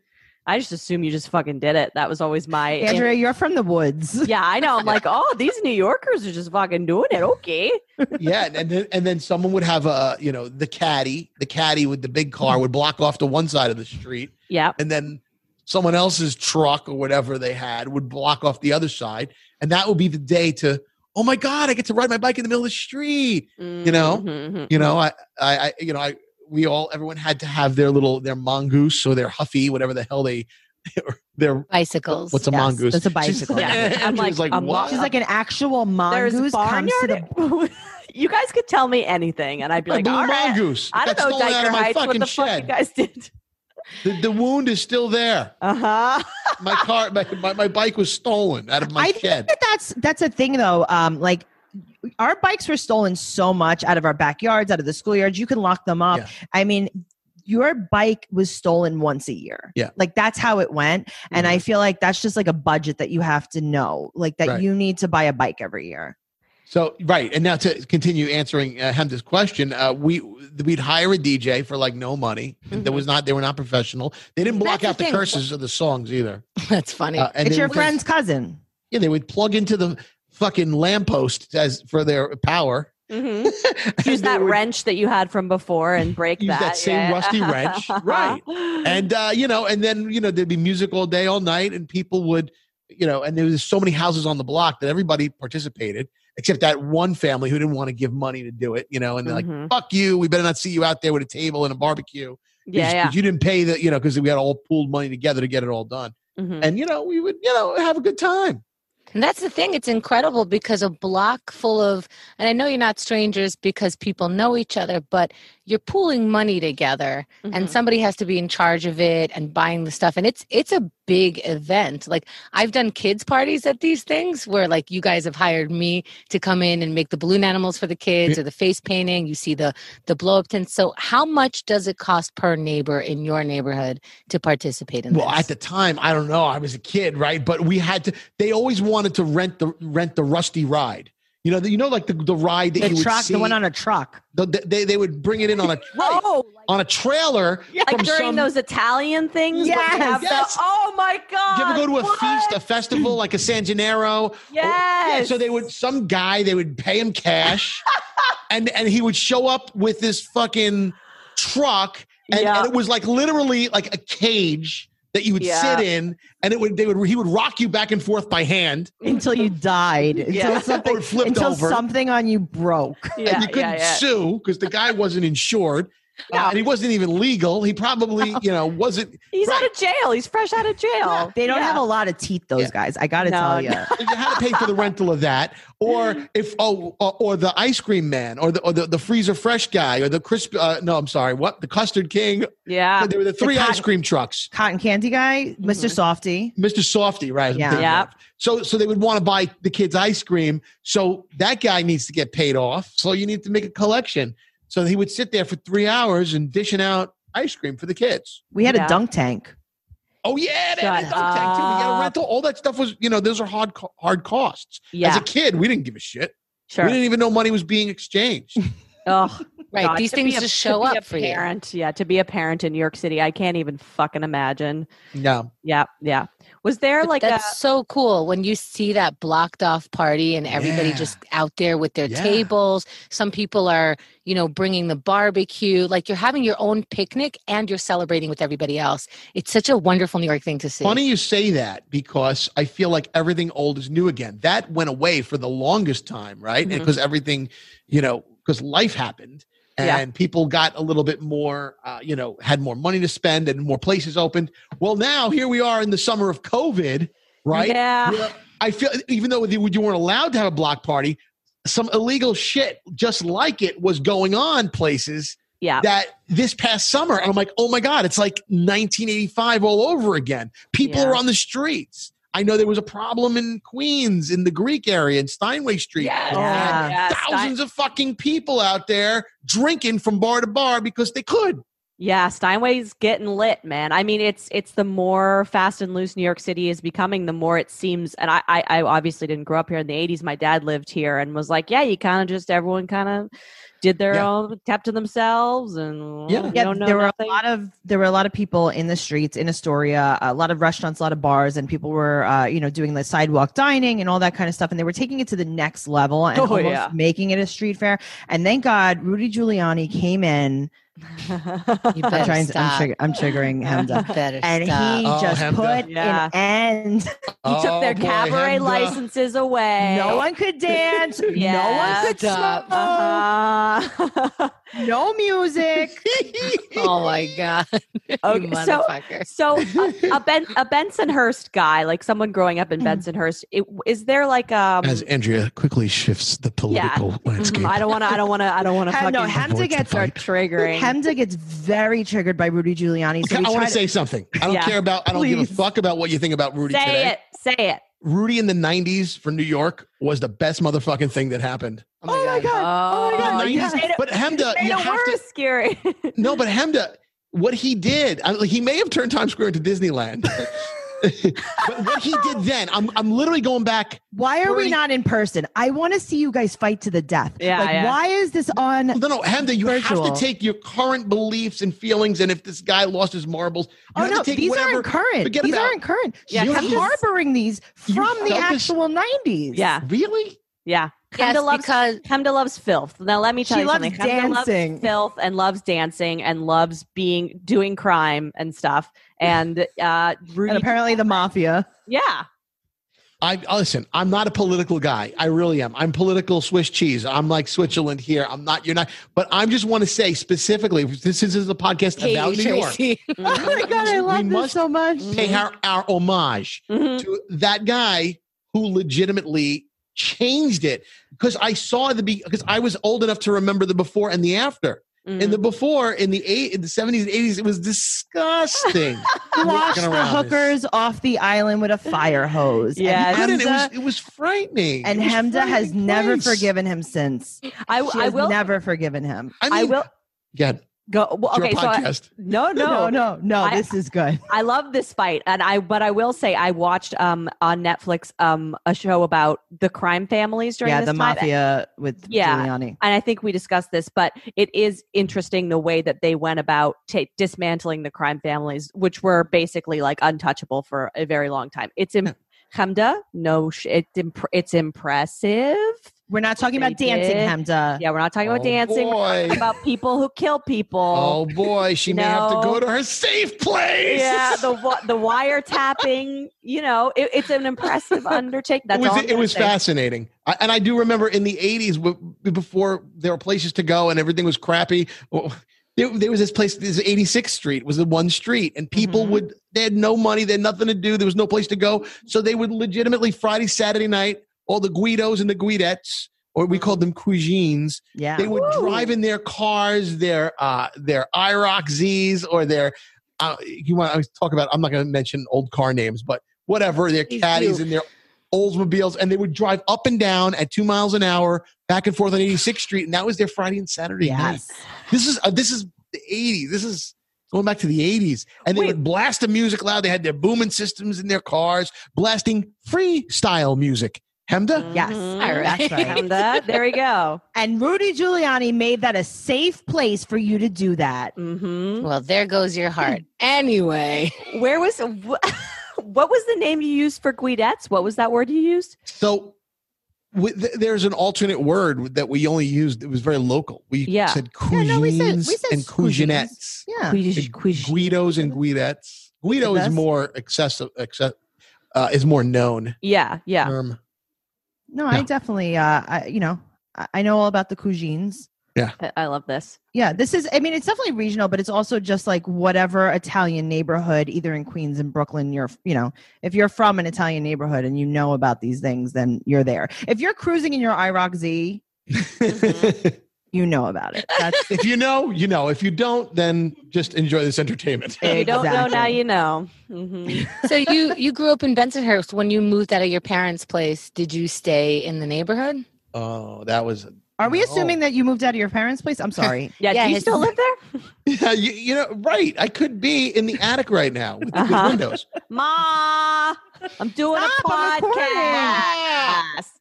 [SPEAKER 3] I just assume you just fucking did it. That was always my
[SPEAKER 2] Andrea, you're from the woods.
[SPEAKER 3] Yeah, I know. I'm like, oh, these New Yorkers are just fucking doing it. Okay.
[SPEAKER 5] yeah, and- and then and then someone would have a you know the caddy, the caddy with the big car would block off to one side of the street,
[SPEAKER 3] Yeah.
[SPEAKER 5] and then someone else's truck or whatever they had would block off the other side, and that would be the day to oh my god, I get to ride my bike in the middle of the street.
[SPEAKER 3] You
[SPEAKER 5] know?
[SPEAKER 3] Mm-hmm.
[SPEAKER 5] You know, I I, I you know I we all everyone had to have their little their mongoose or their huffy, whatever the hell they their
[SPEAKER 4] bicycles
[SPEAKER 5] what's a mongoose?
[SPEAKER 2] It's a
[SPEAKER 5] She's-
[SPEAKER 2] bicycle.
[SPEAKER 3] Yeah. I'm
[SPEAKER 5] Andrew's
[SPEAKER 3] like, a
[SPEAKER 5] "What?"
[SPEAKER 2] She's like an actual
[SPEAKER 3] There's
[SPEAKER 2] mongoose comes to
[SPEAKER 3] barnyard.
[SPEAKER 2] the
[SPEAKER 3] you guys could tell me anything, and I'd be
[SPEAKER 5] a
[SPEAKER 3] like,
[SPEAKER 5] blue
[SPEAKER 3] all right.
[SPEAKER 5] mongoose.
[SPEAKER 3] I
[SPEAKER 5] Got
[SPEAKER 3] don't know,
[SPEAKER 5] stolen out of
[SPEAKER 3] Diker
[SPEAKER 5] my
[SPEAKER 3] Heights, what
[SPEAKER 5] fucking
[SPEAKER 3] the fuck you
[SPEAKER 5] shed.
[SPEAKER 3] guys did.
[SPEAKER 5] The, the wound is still there.
[SPEAKER 3] Uh huh.
[SPEAKER 5] My car, my, my, my bike was stolen out of my
[SPEAKER 2] I
[SPEAKER 5] shed.
[SPEAKER 2] think that that's that's a thing though. Um, like our bikes were stolen so much out of our backyards, out of the schoolyards. You can lock them up. I mean, your bike was stolen once a year.
[SPEAKER 5] Yeah. Mm-hmm.
[SPEAKER 2] like that's how it went. And I feel like that's just like a budget that you have to know, like that
[SPEAKER 5] Right.
[SPEAKER 2] you need to buy a bike every year.
[SPEAKER 5] So right, and now to continue answering uh, Hemda's question, uh, we we'd hire a DJ for like no money.
[SPEAKER 4] Mhm.
[SPEAKER 5] That was not they were not professional. They didn't block
[SPEAKER 4] That's the
[SPEAKER 5] out the,
[SPEAKER 4] thing.
[SPEAKER 5] curses of the songs either.
[SPEAKER 4] That's funny.
[SPEAKER 5] Uh, and
[SPEAKER 2] it's
[SPEAKER 5] they
[SPEAKER 2] your
[SPEAKER 5] would-
[SPEAKER 2] friend's cousin.
[SPEAKER 5] Yeah, they would plug into the fucking lamppost as for their power.
[SPEAKER 3] hmm
[SPEAKER 5] And
[SPEAKER 3] Use
[SPEAKER 5] they
[SPEAKER 3] that
[SPEAKER 5] would-
[SPEAKER 3] wrench that you had from before and break
[SPEAKER 5] Use that same
[SPEAKER 3] yeah.
[SPEAKER 5] rusty wrench. Right. And uh, you know, and then you know there'd be music all day, all night, and people would, you know, and there was so many houses on the block that everybody participated except that one family who didn't want to give money to do it. You know, and they're
[SPEAKER 3] Mhm.
[SPEAKER 5] like, "Fuck you! We better not see you out there with a table and a barbecue."
[SPEAKER 3] yeah,
[SPEAKER 5] Because-
[SPEAKER 3] yeah.
[SPEAKER 5] 'cause You didn't pay the, you know, because we had all pooled money together to get it all done.
[SPEAKER 3] Mhm.
[SPEAKER 5] And, you know, we would, you know, have a good time.
[SPEAKER 4] And that's the thing. It's incredible because a block full of, and I know you're not strangers because people know each other, but you're pooling money together and
[SPEAKER 5] Mm-hmm.
[SPEAKER 3] Mhm.
[SPEAKER 4] somebody has to be in charge of it and buying the stuff. And it's, it's a big event. Like I've done kids parties at these things where like you guys have hired me to come in and make the balloon animals for the kids or the face painting. You see the, the blow up tents. So how much does it cost per neighbor in your neighborhood to participate in
[SPEAKER 5] Well,
[SPEAKER 4] this?
[SPEAKER 5] at the time, I don't know. I was a kid, right? But we had to, they always wanted to rent the, rent the rusty ride. You know, the, you know, like the, the ride that
[SPEAKER 2] The
[SPEAKER 5] you would
[SPEAKER 2] truck,
[SPEAKER 5] see.
[SPEAKER 2] the one on a truck.
[SPEAKER 5] the- the- they, they would bring it in on a, right,
[SPEAKER 3] Oh,
[SPEAKER 5] on a trailer.
[SPEAKER 3] like
[SPEAKER 5] from
[SPEAKER 3] during
[SPEAKER 5] some-
[SPEAKER 3] those Italian things. where they
[SPEAKER 2] Yes.
[SPEAKER 3] have the-
[SPEAKER 5] Yes.
[SPEAKER 3] oh my god!
[SPEAKER 5] Did you ever go to a
[SPEAKER 3] what?
[SPEAKER 5] feast, a festival, like a San Gennaro?
[SPEAKER 3] Yes.
[SPEAKER 5] Yeah, so they would some guy they would pay him cash, and and he would show up with this fucking truck, and,
[SPEAKER 3] Yeah.
[SPEAKER 5] and it was like literally like a cage that you would
[SPEAKER 3] Yeah.
[SPEAKER 5] sit in, and it would they would he would rock you back and forth by hand
[SPEAKER 2] Until you died,
[SPEAKER 3] Yeah.
[SPEAKER 2] until something,
[SPEAKER 5] or flipped
[SPEAKER 2] until
[SPEAKER 5] over,
[SPEAKER 2] something on you broke.
[SPEAKER 3] Yeah,
[SPEAKER 5] and you couldn't
[SPEAKER 3] yeah, yeah.
[SPEAKER 5] sue because the guy wasn't insured. uh,
[SPEAKER 3] No.
[SPEAKER 5] and he wasn't even legal. He probably, you know, wasn't.
[SPEAKER 3] He's
[SPEAKER 5] Right.
[SPEAKER 3] out of jail. He's fresh out of jail.
[SPEAKER 2] They don't
[SPEAKER 3] Yeah.
[SPEAKER 2] have a lot of teeth, those
[SPEAKER 5] Yeah.
[SPEAKER 2] guys. I gotta
[SPEAKER 3] No,
[SPEAKER 2] tell you.
[SPEAKER 3] no.
[SPEAKER 5] You had to pay for the rental of that, or if oh, or, or the ice cream man, or the or the, the freezer fresh guy, or the crisp. Uh, no, I'm sorry, what the custard king,
[SPEAKER 3] Yeah.
[SPEAKER 5] But there were the three ice
[SPEAKER 2] cotton-
[SPEAKER 5] cream trucks.
[SPEAKER 2] Cotton candy guy, Mr.
[SPEAKER 3] Mm-hmm.
[SPEAKER 2] Softy.
[SPEAKER 5] Mr. Softy, right?
[SPEAKER 2] Yeah.
[SPEAKER 3] Yeah.
[SPEAKER 5] So so they would want to buy the kids ice cream. So that guy needs to get paid off. So you need to make a collection. So he would sit there for three hours and dishing out ice cream for the kids.
[SPEAKER 2] We had
[SPEAKER 3] Yeah.
[SPEAKER 2] a dunk tank.
[SPEAKER 5] Oh yeah, they had a
[SPEAKER 3] Shut
[SPEAKER 5] dunk tank, too. We got a
[SPEAKER 3] up.
[SPEAKER 5] rental. All that stuff was, you know, those are hard co- hard costs. As
[SPEAKER 3] Yeah.
[SPEAKER 5] a kid, we didn't give a shit.
[SPEAKER 3] Sure.
[SPEAKER 5] We didn't even know money was being exchanged.
[SPEAKER 3] Oh,
[SPEAKER 4] right.
[SPEAKER 3] God,
[SPEAKER 4] These
[SPEAKER 3] to be
[SPEAKER 4] things
[SPEAKER 3] a-
[SPEAKER 4] just show
[SPEAKER 3] to be
[SPEAKER 4] up
[SPEAKER 3] a
[SPEAKER 4] for you.
[SPEAKER 3] parent, Yeah, to be a parent in New York City, I can't even fucking imagine.
[SPEAKER 5] no.
[SPEAKER 3] Yeah, yeah. Was there
[SPEAKER 4] But
[SPEAKER 3] like a
[SPEAKER 4] that's so cool when you see that blocked off party and everybody
[SPEAKER 5] Yeah.
[SPEAKER 4] just out there with their
[SPEAKER 5] Yeah.
[SPEAKER 4] tables some people are you know bringing the barbecue like you're having your own picnic and you're celebrating with everybody else it's such a wonderful new york thing to see
[SPEAKER 5] Funny you say that because I feel like everything old is new again. That went away for the longest time, right?
[SPEAKER 3] Mhm.
[SPEAKER 5] Because everything, you know, because life happened and
[SPEAKER 3] Yeah.
[SPEAKER 5] people got a little bit more, uh, you know, had more money to spend and more places opened. Well, now here we are in the summer of COVID, right?
[SPEAKER 3] Yeah.
[SPEAKER 5] Where I feel even though you you weren't allowed to have a block party, some illegal shit just like it was going on places
[SPEAKER 3] Yeah.
[SPEAKER 5] that this past summer and i'm like oh my god it's like 1985 all over again people
[SPEAKER 3] Yeah.
[SPEAKER 5] are on the streets i know there was a problem in queens in the greek area in steinway street
[SPEAKER 3] Yes.
[SPEAKER 5] Oh,
[SPEAKER 2] Yeah.
[SPEAKER 5] man.
[SPEAKER 3] Yeah, Stein-
[SPEAKER 5] thousands of fucking people out there drinking from bar to bar because they could
[SPEAKER 3] Yeah, Steinway's getting lit, man. I mean, it's it's the more fast and loose New York City is becoming, the more it seems. And I I, I obviously didn't grow up here in the '80s. My dad lived here and was like, yeah, you kind of just everyone kind of did their
[SPEAKER 5] Yeah.
[SPEAKER 3] own, kept to themselves, and
[SPEAKER 5] Yeah.
[SPEAKER 3] you
[SPEAKER 2] Yeah,
[SPEAKER 3] don't know
[SPEAKER 2] there were
[SPEAKER 3] nothing.
[SPEAKER 2] a lot of there were a lot of people in the streets in Astoria, a lot of restaurants, a lot of bars, and people were uh, you know doing the sidewalk dining and all that kind of stuff, and they were taking it to the next level and
[SPEAKER 3] Oh,
[SPEAKER 2] almost
[SPEAKER 3] yeah.
[SPEAKER 2] making it a street fair. And thank God Rudy Giuliani came in.
[SPEAKER 4] you
[SPEAKER 2] I'm
[SPEAKER 4] better
[SPEAKER 2] trying to, I'm,
[SPEAKER 4] stop.
[SPEAKER 2] trigger, I'm triggering Hemda.
[SPEAKER 4] better
[SPEAKER 2] And
[SPEAKER 4] stop
[SPEAKER 2] he
[SPEAKER 5] Oh,
[SPEAKER 2] just
[SPEAKER 5] Hemda.
[SPEAKER 2] put
[SPEAKER 3] Yeah.
[SPEAKER 2] an end.
[SPEAKER 3] He took their
[SPEAKER 5] Oh, boy,
[SPEAKER 3] cabaret
[SPEAKER 5] Hemda.
[SPEAKER 3] licenses away.
[SPEAKER 2] No one could dance. No
[SPEAKER 3] Yeah.
[SPEAKER 2] one could
[SPEAKER 4] Stop.
[SPEAKER 2] smoke.
[SPEAKER 3] Uh-huh.
[SPEAKER 2] no music.
[SPEAKER 4] oh my god. You
[SPEAKER 3] Okay, so
[SPEAKER 4] motherfucker.
[SPEAKER 3] So a, a, ben, a Bensonhurst guy, like someone growing up in
[SPEAKER 5] Hmm.
[SPEAKER 3] Bensonhurst, it, is there like um?
[SPEAKER 5] As Andrea quickly shifts the political landscape.
[SPEAKER 3] I don't want to. I don't want to. I don't want to
[SPEAKER 2] Hem-
[SPEAKER 3] fucking
[SPEAKER 2] no, Hemda
[SPEAKER 5] Avoids the
[SPEAKER 2] gets-
[SPEAKER 5] fight.
[SPEAKER 3] start triggering.
[SPEAKER 2] Hemda gets very triggered by Rudy Giuliani. So
[SPEAKER 5] Okay,
[SPEAKER 2] we
[SPEAKER 5] I want
[SPEAKER 2] try
[SPEAKER 5] to say something. I don't
[SPEAKER 3] Yeah.
[SPEAKER 5] care about. I don't give a
[SPEAKER 2] Please.
[SPEAKER 5] fuck about what you think about Rudy
[SPEAKER 3] say
[SPEAKER 5] today.
[SPEAKER 3] it. Say it.
[SPEAKER 5] Rudy in the '90s for New York was the best motherfucking thing that happened.
[SPEAKER 2] Oh my god. Oh my god.
[SPEAKER 3] Oh,
[SPEAKER 2] you
[SPEAKER 3] you
[SPEAKER 2] just-
[SPEAKER 3] made it.
[SPEAKER 5] But Hemda,
[SPEAKER 3] made
[SPEAKER 5] you
[SPEAKER 3] it
[SPEAKER 5] have
[SPEAKER 3] worse. Scary.
[SPEAKER 5] to. No, but Hemda, what he did, I, he may have turned Times Square into Disneyland. but what he did then, I'm, I'm literally going back.
[SPEAKER 2] Why are we
[SPEAKER 5] 30
[SPEAKER 2] not in person? I want to see you guys fight to the death.
[SPEAKER 3] Yeah,
[SPEAKER 2] Like,
[SPEAKER 3] yeah.
[SPEAKER 2] why is this on?
[SPEAKER 5] No, no, Hemda, you have
[SPEAKER 2] Virtual.
[SPEAKER 5] to take your current beliefs and feelings, and if this guy lost his marbles, you
[SPEAKER 2] Oh
[SPEAKER 5] have
[SPEAKER 2] no,
[SPEAKER 5] to take
[SPEAKER 2] these
[SPEAKER 5] whatever.
[SPEAKER 2] aren't current.
[SPEAKER 5] forget
[SPEAKER 2] These
[SPEAKER 5] about-
[SPEAKER 2] aren't current.
[SPEAKER 3] Yeah,
[SPEAKER 2] She's
[SPEAKER 5] Hemda's-
[SPEAKER 2] harboring these
[SPEAKER 5] You
[SPEAKER 2] from the
[SPEAKER 5] felt this-
[SPEAKER 2] actual nineties.
[SPEAKER 3] yeah,
[SPEAKER 5] Really?
[SPEAKER 3] yeah.
[SPEAKER 4] Yes,
[SPEAKER 3] Hemda loves
[SPEAKER 4] because
[SPEAKER 3] Hemda loves filth. Now let me tell
[SPEAKER 2] She
[SPEAKER 3] you
[SPEAKER 2] loves
[SPEAKER 3] something. Hemda loves
[SPEAKER 2] dancing.
[SPEAKER 3] filth and loves dancing and loves being doing crime and stuff. And uh, Rudy,
[SPEAKER 2] And apparently the mafia.
[SPEAKER 3] yeah,
[SPEAKER 5] I listen. I'm not a political guy. I really am. I'm political Swiss cheese. I'm like Switzerland here. I'm not. You're not. But I just want to say specifically, this, this is a podcast about
[SPEAKER 4] Katie
[SPEAKER 5] New York.
[SPEAKER 4] Tracy.
[SPEAKER 2] Oh my god, I
[SPEAKER 5] We
[SPEAKER 2] love this
[SPEAKER 5] must-
[SPEAKER 2] so much.
[SPEAKER 5] Pay our, our homage
[SPEAKER 3] Mhm.
[SPEAKER 5] to that guy who legitimately changed it because I saw the because I was old enough to remember the before and the after.
[SPEAKER 3] Mhm.
[SPEAKER 5] In the before, in the eight, in the 70s and 80s, it was disgusting.
[SPEAKER 2] Wash
[SPEAKER 5] Walking
[SPEAKER 2] the
[SPEAKER 5] around is-
[SPEAKER 2] hookers off the island with a fire hose.
[SPEAKER 3] Yes.
[SPEAKER 2] And
[SPEAKER 5] Couldn't- it was
[SPEAKER 2] Hemda,
[SPEAKER 5] it was frightening.
[SPEAKER 2] and
[SPEAKER 5] It was
[SPEAKER 2] Hemda has
[SPEAKER 5] frightening
[SPEAKER 2] never
[SPEAKER 5] place.
[SPEAKER 2] forgiven him since.
[SPEAKER 3] I,
[SPEAKER 2] She
[SPEAKER 3] I
[SPEAKER 2] has
[SPEAKER 3] will.
[SPEAKER 2] never forgiven him.
[SPEAKER 5] I, mean,
[SPEAKER 3] I will
[SPEAKER 5] Yeah,
[SPEAKER 3] go. Well,
[SPEAKER 5] it's
[SPEAKER 3] okay,
[SPEAKER 5] your
[SPEAKER 3] so I,
[SPEAKER 5] podcast.
[SPEAKER 2] no,
[SPEAKER 3] no, no,
[SPEAKER 2] no. no,
[SPEAKER 3] I-
[SPEAKER 2] this is good.
[SPEAKER 3] I love this fight, and I. But I will say, I watched um on Netflix um a show about the crime families during
[SPEAKER 2] Yeah,
[SPEAKER 3] this
[SPEAKER 2] the
[SPEAKER 3] time.
[SPEAKER 2] mafia with
[SPEAKER 3] Yeah.
[SPEAKER 2] Giuliani.
[SPEAKER 3] And I think we discussed this, but it is interesting the way that they went about ta dismantling the crime families, which were basically like untouchable for a very long time. It's Im- Hamda, no, sh- it's imp- it's impressive.
[SPEAKER 2] We're not talking about
[SPEAKER 3] They
[SPEAKER 2] dancing,
[SPEAKER 3] did.
[SPEAKER 2] Hemda.
[SPEAKER 3] Yeah, we're not talking
[SPEAKER 5] Oh,
[SPEAKER 3] about dancing. We're
[SPEAKER 5] boy.
[SPEAKER 3] talking about people who kill people.
[SPEAKER 5] Oh boy, she may have to
[SPEAKER 3] No.
[SPEAKER 5] go to her safe place.
[SPEAKER 3] Yeah, the wi- the wiretapping. You know, it, it's an impressive undertaking.
[SPEAKER 5] it
[SPEAKER 3] That's all.
[SPEAKER 5] was,
[SPEAKER 3] I'm
[SPEAKER 5] it
[SPEAKER 3] gonna
[SPEAKER 5] was
[SPEAKER 3] say.
[SPEAKER 5] fascinating. I, and I do remember in the 80s, w- before there were places to go and everything was crappy, w- there, there was this place, this 86th Street was the one street, and people
[SPEAKER 3] Mhm.
[SPEAKER 5] would, they had no money, they had nothing to do, there was no place to go. So they would legitimately, Friday, Saturday night, all the Guidos and the Guidettes, or we called them cuisines,
[SPEAKER 2] Yeah.
[SPEAKER 5] They would
[SPEAKER 3] Ooh.
[SPEAKER 5] drive in their cars, their uh, their IROC Z's or their uh, you want to talk about. I'm not going to mention old car names, but whatever their
[SPEAKER 4] Please
[SPEAKER 5] caddies
[SPEAKER 4] do.
[SPEAKER 5] and their Oldsmobiles, and they would drive up and down at two miles an hour, back and forth on 86th Street, and that was their Friday and Saturday night.
[SPEAKER 2] yes.
[SPEAKER 5] This is uh, this is the 80s. This is going back to the 80s, and they
[SPEAKER 3] Wait.
[SPEAKER 5] would blast the music loud. They had their booming systems in their cars, blasting freestyle music. Hemda,
[SPEAKER 2] Yes.
[SPEAKER 3] Mhm.
[SPEAKER 4] All right.
[SPEAKER 2] That's right.
[SPEAKER 3] Hamda, there we go.
[SPEAKER 2] And Rudy Giuliani made that a safe place for you to do that.
[SPEAKER 3] hmm
[SPEAKER 4] Well, there goes your heart. Anyway,
[SPEAKER 3] Where was wh- what was the name you used for guidettes? What was that word you used?
[SPEAKER 5] So with, th- there's an alternate word that we only used. It was very local. We
[SPEAKER 3] Yeah.
[SPEAKER 5] said
[SPEAKER 2] Yeah,
[SPEAKER 5] cuisines
[SPEAKER 2] no, we said- we said
[SPEAKER 5] and cuisinettes.
[SPEAKER 2] Yeah.
[SPEAKER 3] Cuis- cuis-
[SPEAKER 5] Guidos and guidettes. Guido is
[SPEAKER 2] Guidettes.
[SPEAKER 5] more excessive, exce- uh, is more known
[SPEAKER 3] Yeah, yeah.
[SPEAKER 5] term.
[SPEAKER 2] No, I
[SPEAKER 5] No.
[SPEAKER 2] definitely, uh, I, you know, I, I know all about the cuisines.
[SPEAKER 3] I, I love this.
[SPEAKER 2] Yeah, this is, I mean, it's definitely regional, but it's also just like whatever Italian neighborhood, either in Queens and Brooklyn, you're, you know, if you're from an Italian neighborhood and you know about these things, then you're there. If you're cruising in your IROC Z, you know about it. That's
[SPEAKER 5] if you know, you know. If you don't, then just enjoy this entertainment.
[SPEAKER 3] If you don't know now,
[SPEAKER 2] Exactly.
[SPEAKER 3] you know. Mhm.
[SPEAKER 4] so you you grew up in Bensonhurst. When you moved out of your parents' place, did you stay in the neighborhood?
[SPEAKER 5] Oh, that was.
[SPEAKER 2] Are we
[SPEAKER 5] No.
[SPEAKER 2] assuming that you moved out of your parents' place? I'm sorry.
[SPEAKER 3] Yeah,
[SPEAKER 4] Yeah,
[SPEAKER 3] do you
[SPEAKER 4] his-
[SPEAKER 3] still live there,
[SPEAKER 5] Yeah, you, you know, right. I could be in the attic right now with, with
[SPEAKER 3] Uh-huh.
[SPEAKER 5] windows.
[SPEAKER 3] Ma? I'm doing a
[SPEAKER 2] Stop, I'm recording.
[SPEAKER 3] podcast.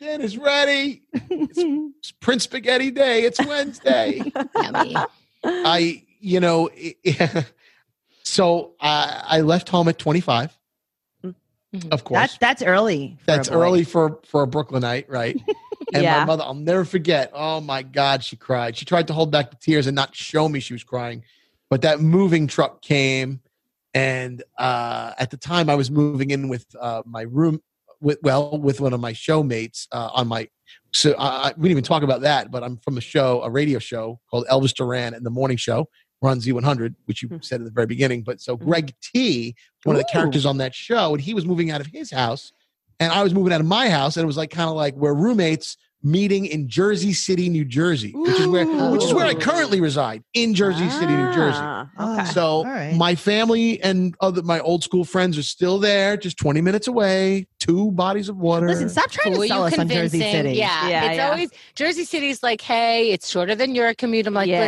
[SPEAKER 5] Dinner's ready. It's Prince Spaghetti Day. It's Wednesday.
[SPEAKER 4] Yummy.
[SPEAKER 5] I, you know, it- so I, I left home at 25.
[SPEAKER 3] Mm.
[SPEAKER 5] Of course,
[SPEAKER 2] that's
[SPEAKER 5] that's,
[SPEAKER 2] that's early. for a boy.
[SPEAKER 5] early for for a Brooklynite, right? And my
[SPEAKER 3] Yeah.
[SPEAKER 5] mother, I'll never forget. Oh my God, she cried. She tried to hold back the tears and not show me she was crying, but that moving truck came, and uh, at the time I was moving in with uh, my room, with well, with one of my showmates uh, on my So I, I- we didn't even talk about that, but I'm from a show, a radio show called Elvis Duran and the Morning Show. We're on Z100, which you
[SPEAKER 3] Hmm.
[SPEAKER 5] said at the very beginning. But so
[SPEAKER 3] Mhm.
[SPEAKER 5] Greg T, one of the
[SPEAKER 3] Ooh.
[SPEAKER 5] characters on that show, and he was moving out of his house, and I was moving out of my house, and it was like kind of like we're roommates meeting in Jersey City, New Jersey, which is where which is where I
[SPEAKER 3] Ooh. Oh.
[SPEAKER 5] currently reside in Jersey City, New Jersey.
[SPEAKER 3] Ah,
[SPEAKER 2] Oh.
[SPEAKER 3] Okay.
[SPEAKER 5] So
[SPEAKER 2] All right.
[SPEAKER 5] my family and other my old school friends are still there, just 20 minutes away, two bodies of water.
[SPEAKER 2] Listen, stop trying
[SPEAKER 4] Who
[SPEAKER 2] to
[SPEAKER 4] are
[SPEAKER 2] sell
[SPEAKER 4] you
[SPEAKER 2] us on Jersey
[SPEAKER 4] convincing?
[SPEAKER 2] City.
[SPEAKER 4] Yeah.
[SPEAKER 3] Yeah,
[SPEAKER 4] it's
[SPEAKER 3] yeah.
[SPEAKER 4] always Jersey City's like, hey, it's shorter than your commute. I'm like,
[SPEAKER 3] Yeah,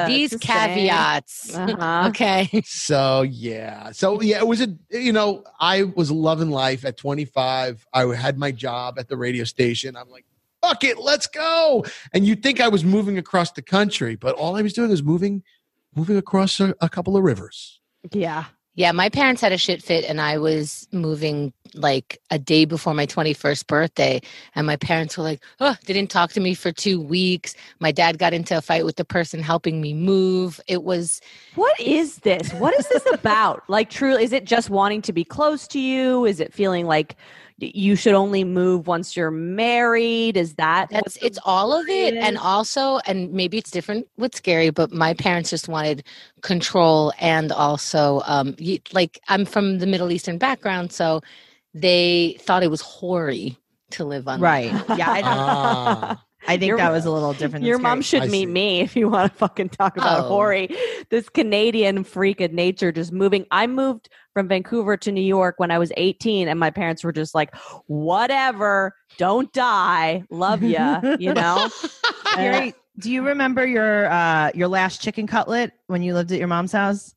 [SPEAKER 4] listen, these
[SPEAKER 3] it's the same.
[SPEAKER 4] caveats.
[SPEAKER 3] Uh-huh.
[SPEAKER 4] Okay.
[SPEAKER 5] so yeah. So yeah, it was a you know, I was loving life at 25. I had my job at the radio station. I'm like, fuck it, let's go. And you think I was moving across the country, but all I was doing was moving moving across a, a couple of rivers.
[SPEAKER 3] Yeah.
[SPEAKER 4] Yeah, my parents had a shit fit and I was moving like a day before my 21st birthday. And my parents were like, oh, they didn't talk to me for two weeks. My dad got into a fight with the person helping me move. It was,
[SPEAKER 3] What is this? What is this about? like, truly, is it just wanting to be close to you? Is it feeling like y- you should only move once you're married? Is that what
[SPEAKER 4] that's,
[SPEAKER 3] the-
[SPEAKER 4] it's all of it. And
[SPEAKER 3] is-
[SPEAKER 4] also, and maybe it's different with scary, but my parents just wanted control. And also, um, y- like, I'm from the Middle Eastern background. So they thought it was hoary to live on.
[SPEAKER 2] Right. Yeah. I,
[SPEAKER 5] Ah.
[SPEAKER 2] I think
[SPEAKER 3] Your-
[SPEAKER 2] that was a little different. than
[SPEAKER 3] Your mom
[SPEAKER 2] scary.
[SPEAKER 3] should
[SPEAKER 5] I
[SPEAKER 3] meet
[SPEAKER 5] see.
[SPEAKER 3] me if you want to fucking talk about
[SPEAKER 4] Oh.
[SPEAKER 3] Hori. This Canadian freak of nature just moving. I moved from Vancouver to New York when I was 18, and my parents were just like, whatever, don't die, love ya, you know?
[SPEAKER 2] Gary, do you remember your uh, your last chicken cutlet when you lived at your mom's house?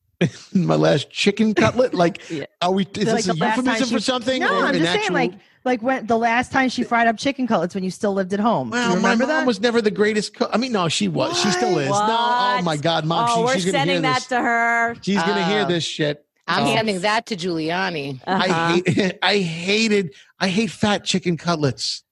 [SPEAKER 5] my last chicken cutlet. Like,
[SPEAKER 3] Yeah.
[SPEAKER 5] are we? Is
[SPEAKER 2] Like
[SPEAKER 5] this
[SPEAKER 2] the
[SPEAKER 5] a
[SPEAKER 2] last time
[SPEAKER 5] euphemism
[SPEAKER 2] she-
[SPEAKER 5] for something?
[SPEAKER 2] no,
[SPEAKER 5] or
[SPEAKER 2] I'm
[SPEAKER 5] an
[SPEAKER 2] just saying,
[SPEAKER 5] actual-
[SPEAKER 2] like, like when the last time she fried up chicken cutlets when you still lived at home. Do
[SPEAKER 5] Well,
[SPEAKER 2] you
[SPEAKER 5] my
[SPEAKER 2] remember
[SPEAKER 5] mom
[SPEAKER 2] that?
[SPEAKER 5] was never the greatest cook. I mean, no, she was. She still is. No, oh
[SPEAKER 3] What?
[SPEAKER 5] my God, mom,
[SPEAKER 3] oh,
[SPEAKER 5] she-
[SPEAKER 3] we're
[SPEAKER 5] she's gonna hear
[SPEAKER 3] sending that
[SPEAKER 5] this.
[SPEAKER 3] to her.
[SPEAKER 5] she's gonna hear
[SPEAKER 4] Oh.
[SPEAKER 5] this shit.
[SPEAKER 4] I'm
[SPEAKER 5] Oh.
[SPEAKER 4] sending that to Giuliani.
[SPEAKER 3] Uh-huh.
[SPEAKER 5] I hate. I hated. I hate fat chicken cutlets.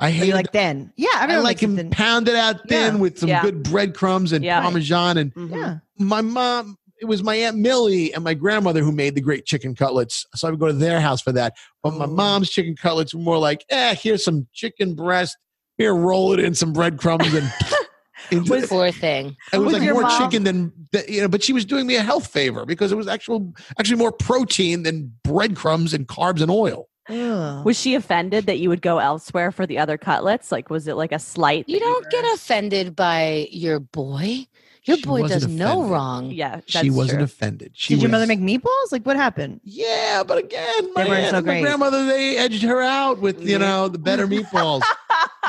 [SPEAKER 5] I
[SPEAKER 2] But
[SPEAKER 5] hate.
[SPEAKER 2] you're like then, yeah, I
[SPEAKER 5] I
[SPEAKER 2] remember
[SPEAKER 5] like
[SPEAKER 2] like
[SPEAKER 5] him pounded out thin
[SPEAKER 2] Yeah.
[SPEAKER 5] with some
[SPEAKER 3] Yeah.
[SPEAKER 5] good breadcrumbs and
[SPEAKER 3] Yeah.
[SPEAKER 5] parmesan. And
[SPEAKER 3] Mhm.
[SPEAKER 2] Yeah,
[SPEAKER 5] my mom, it was my aunt Millie and my grandmother who made the great chicken cutlets. So I would go to their house for that. But my
[SPEAKER 2] Oh.
[SPEAKER 5] mom's chicken cutlets were more like, eh, here's some chicken breast. Here, roll it in some breadcrumbs and. into
[SPEAKER 3] Was-
[SPEAKER 5] it.
[SPEAKER 4] Poor thing.
[SPEAKER 5] It was
[SPEAKER 3] Was
[SPEAKER 5] like
[SPEAKER 3] your
[SPEAKER 5] more
[SPEAKER 3] mom-
[SPEAKER 5] chicken than th- you know, but she was doing me a health favor because it was actual actually more protein than breadcrumbs and carbs and oil. Uh-huh.
[SPEAKER 2] Ugh.
[SPEAKER 3] Was she offended that you would go elsewhere for the other cutlets? Like, was it like a slight?
[SPEAKER 4] You
[SPEAKER 3] that
[SPEAKER 4] don't
[SPEAKER 3] were-
[SPEAKER 4] get offended by your boy. Your
[SPEAKER 5] She
[SPEAKER 4] boy
[SPEAKER 5] wasn't
[SPEAKER 4] does no
[SPEAKER 5] offended.
[SPEAKER 4] wrong.
[SPEAKER 3] Yeah, that's
[SPEAKER 5] she wasn't
[SPEAKER 3] true.
[SPEAKER 5] offended. She
[SPEAKER 2] Did your
[SPEAKER 5] was-
[SPEAKER 2] mother make meatballs? Like what happened?
[SPEAKER 5] Yeah, but again, my,
[SPEAKER 2] They weren't
[SPEAKER 5] aunt
[SPEAKER 2] so
[SPEAKER 5] and my
[SPEAKER 2] great.
[SPEAKER 5] grandmother they edged her out with you
[SPEAKER 3] Yeah.
[SPEAKER 5] know the better meatballs.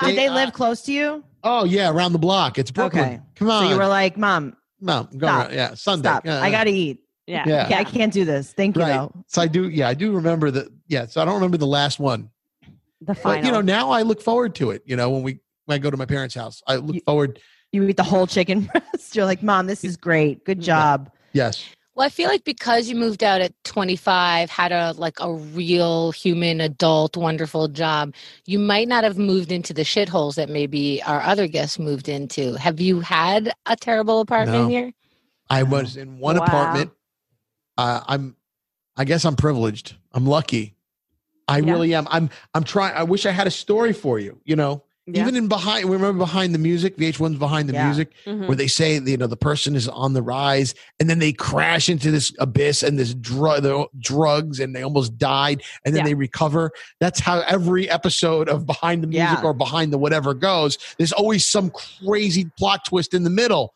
[SPEAKER 2] Did they
[SPEAKER 5] uh,
[SPEAKER 2] live close to you?
[SPEAKER 5] oh yeah, around the block. It's Brooklyn.
[SPEAKER 2] Okay.
[SPEAKER 5] Come on,
[SPEAKER 2] So you were like, Mom,
[SPEAKER 5] mom. Go
[SPEAKER 2] stop.
[SPEAKER 5] around. Yeah, uh, Sunday.
[SPEAKER 2] stop.
[SPEAKER 5] Yeah,
[SPEAKER 2] I gotta eat.
[SPEAKER 3] yeah.
[SPEAKER 5] Yeah.
[SPEAKER 2] Yeah, I can't do this. Thank you
[SPEAKER 5] Right.
[SPEAKER 2] though.
[SPEAKER 5] So I do. Yeah, I do remember that. Yeah. So I don't remember the last one.
[SPEAKER 3] The
[SPEAKER 5] But
[SPEAKER 3] final.
[SPEAKER 5] you know, now I look forward to it. You know, when we when I go to my parents' house, I look
[SPEAKER 2] You-
[SPEAKER 5] forward.
[SPEAKER 2] You eat the whole chicken breast. You're like, Mom, this is great. Good
[SPEAKER 3] Yeah.
[SPEAKER 2] job.
[SPEAKER 5] Yes.
[SPEAKER 4] Well, I feel like because you moved out at 25, had a like a real human adult wonderful job, you might not have moved into the shitholes that maybe our other guests moved into. Have you had a terrible apartment
[SPEAKER 5] No.
[SPEAKER 4] here?
[SPEAKER 5] I
[SPEAKER 2] Wow.
[SPEAKER 5] was in one
[SPEAKER 3] Wow.
[SPEAKER 5] apartment. Uh, I'm, I guess I'm privileged. I'm lucky. I
[SPEAKER 3] Yeah.
[SPEAKER 5] really am. I'm. I'm trying. I wish I had a story for you. You know,
[SPEAKER 3] Yeah.
[SPEAKER 5] even in behind. Remember behind the music. VH1's behind the
[SPEAKER 2] Yeah.
[SPEAKER 5] music,
[SPEAKER 3] Mhm.
[SPEAKER 5] where they say you know the person is on the rise, and then they crash into this abyss and this drug, drugs, and they almost died, and then
[SPEAKER 3] Yeah.
[SPEAKER 5] they recover. That's how every episode of Behind the Music
[SPEAKER 2] Yeah.
[SPEAKER 5] or Behind the Whatever goes. There's always some crazy plot twist in the middle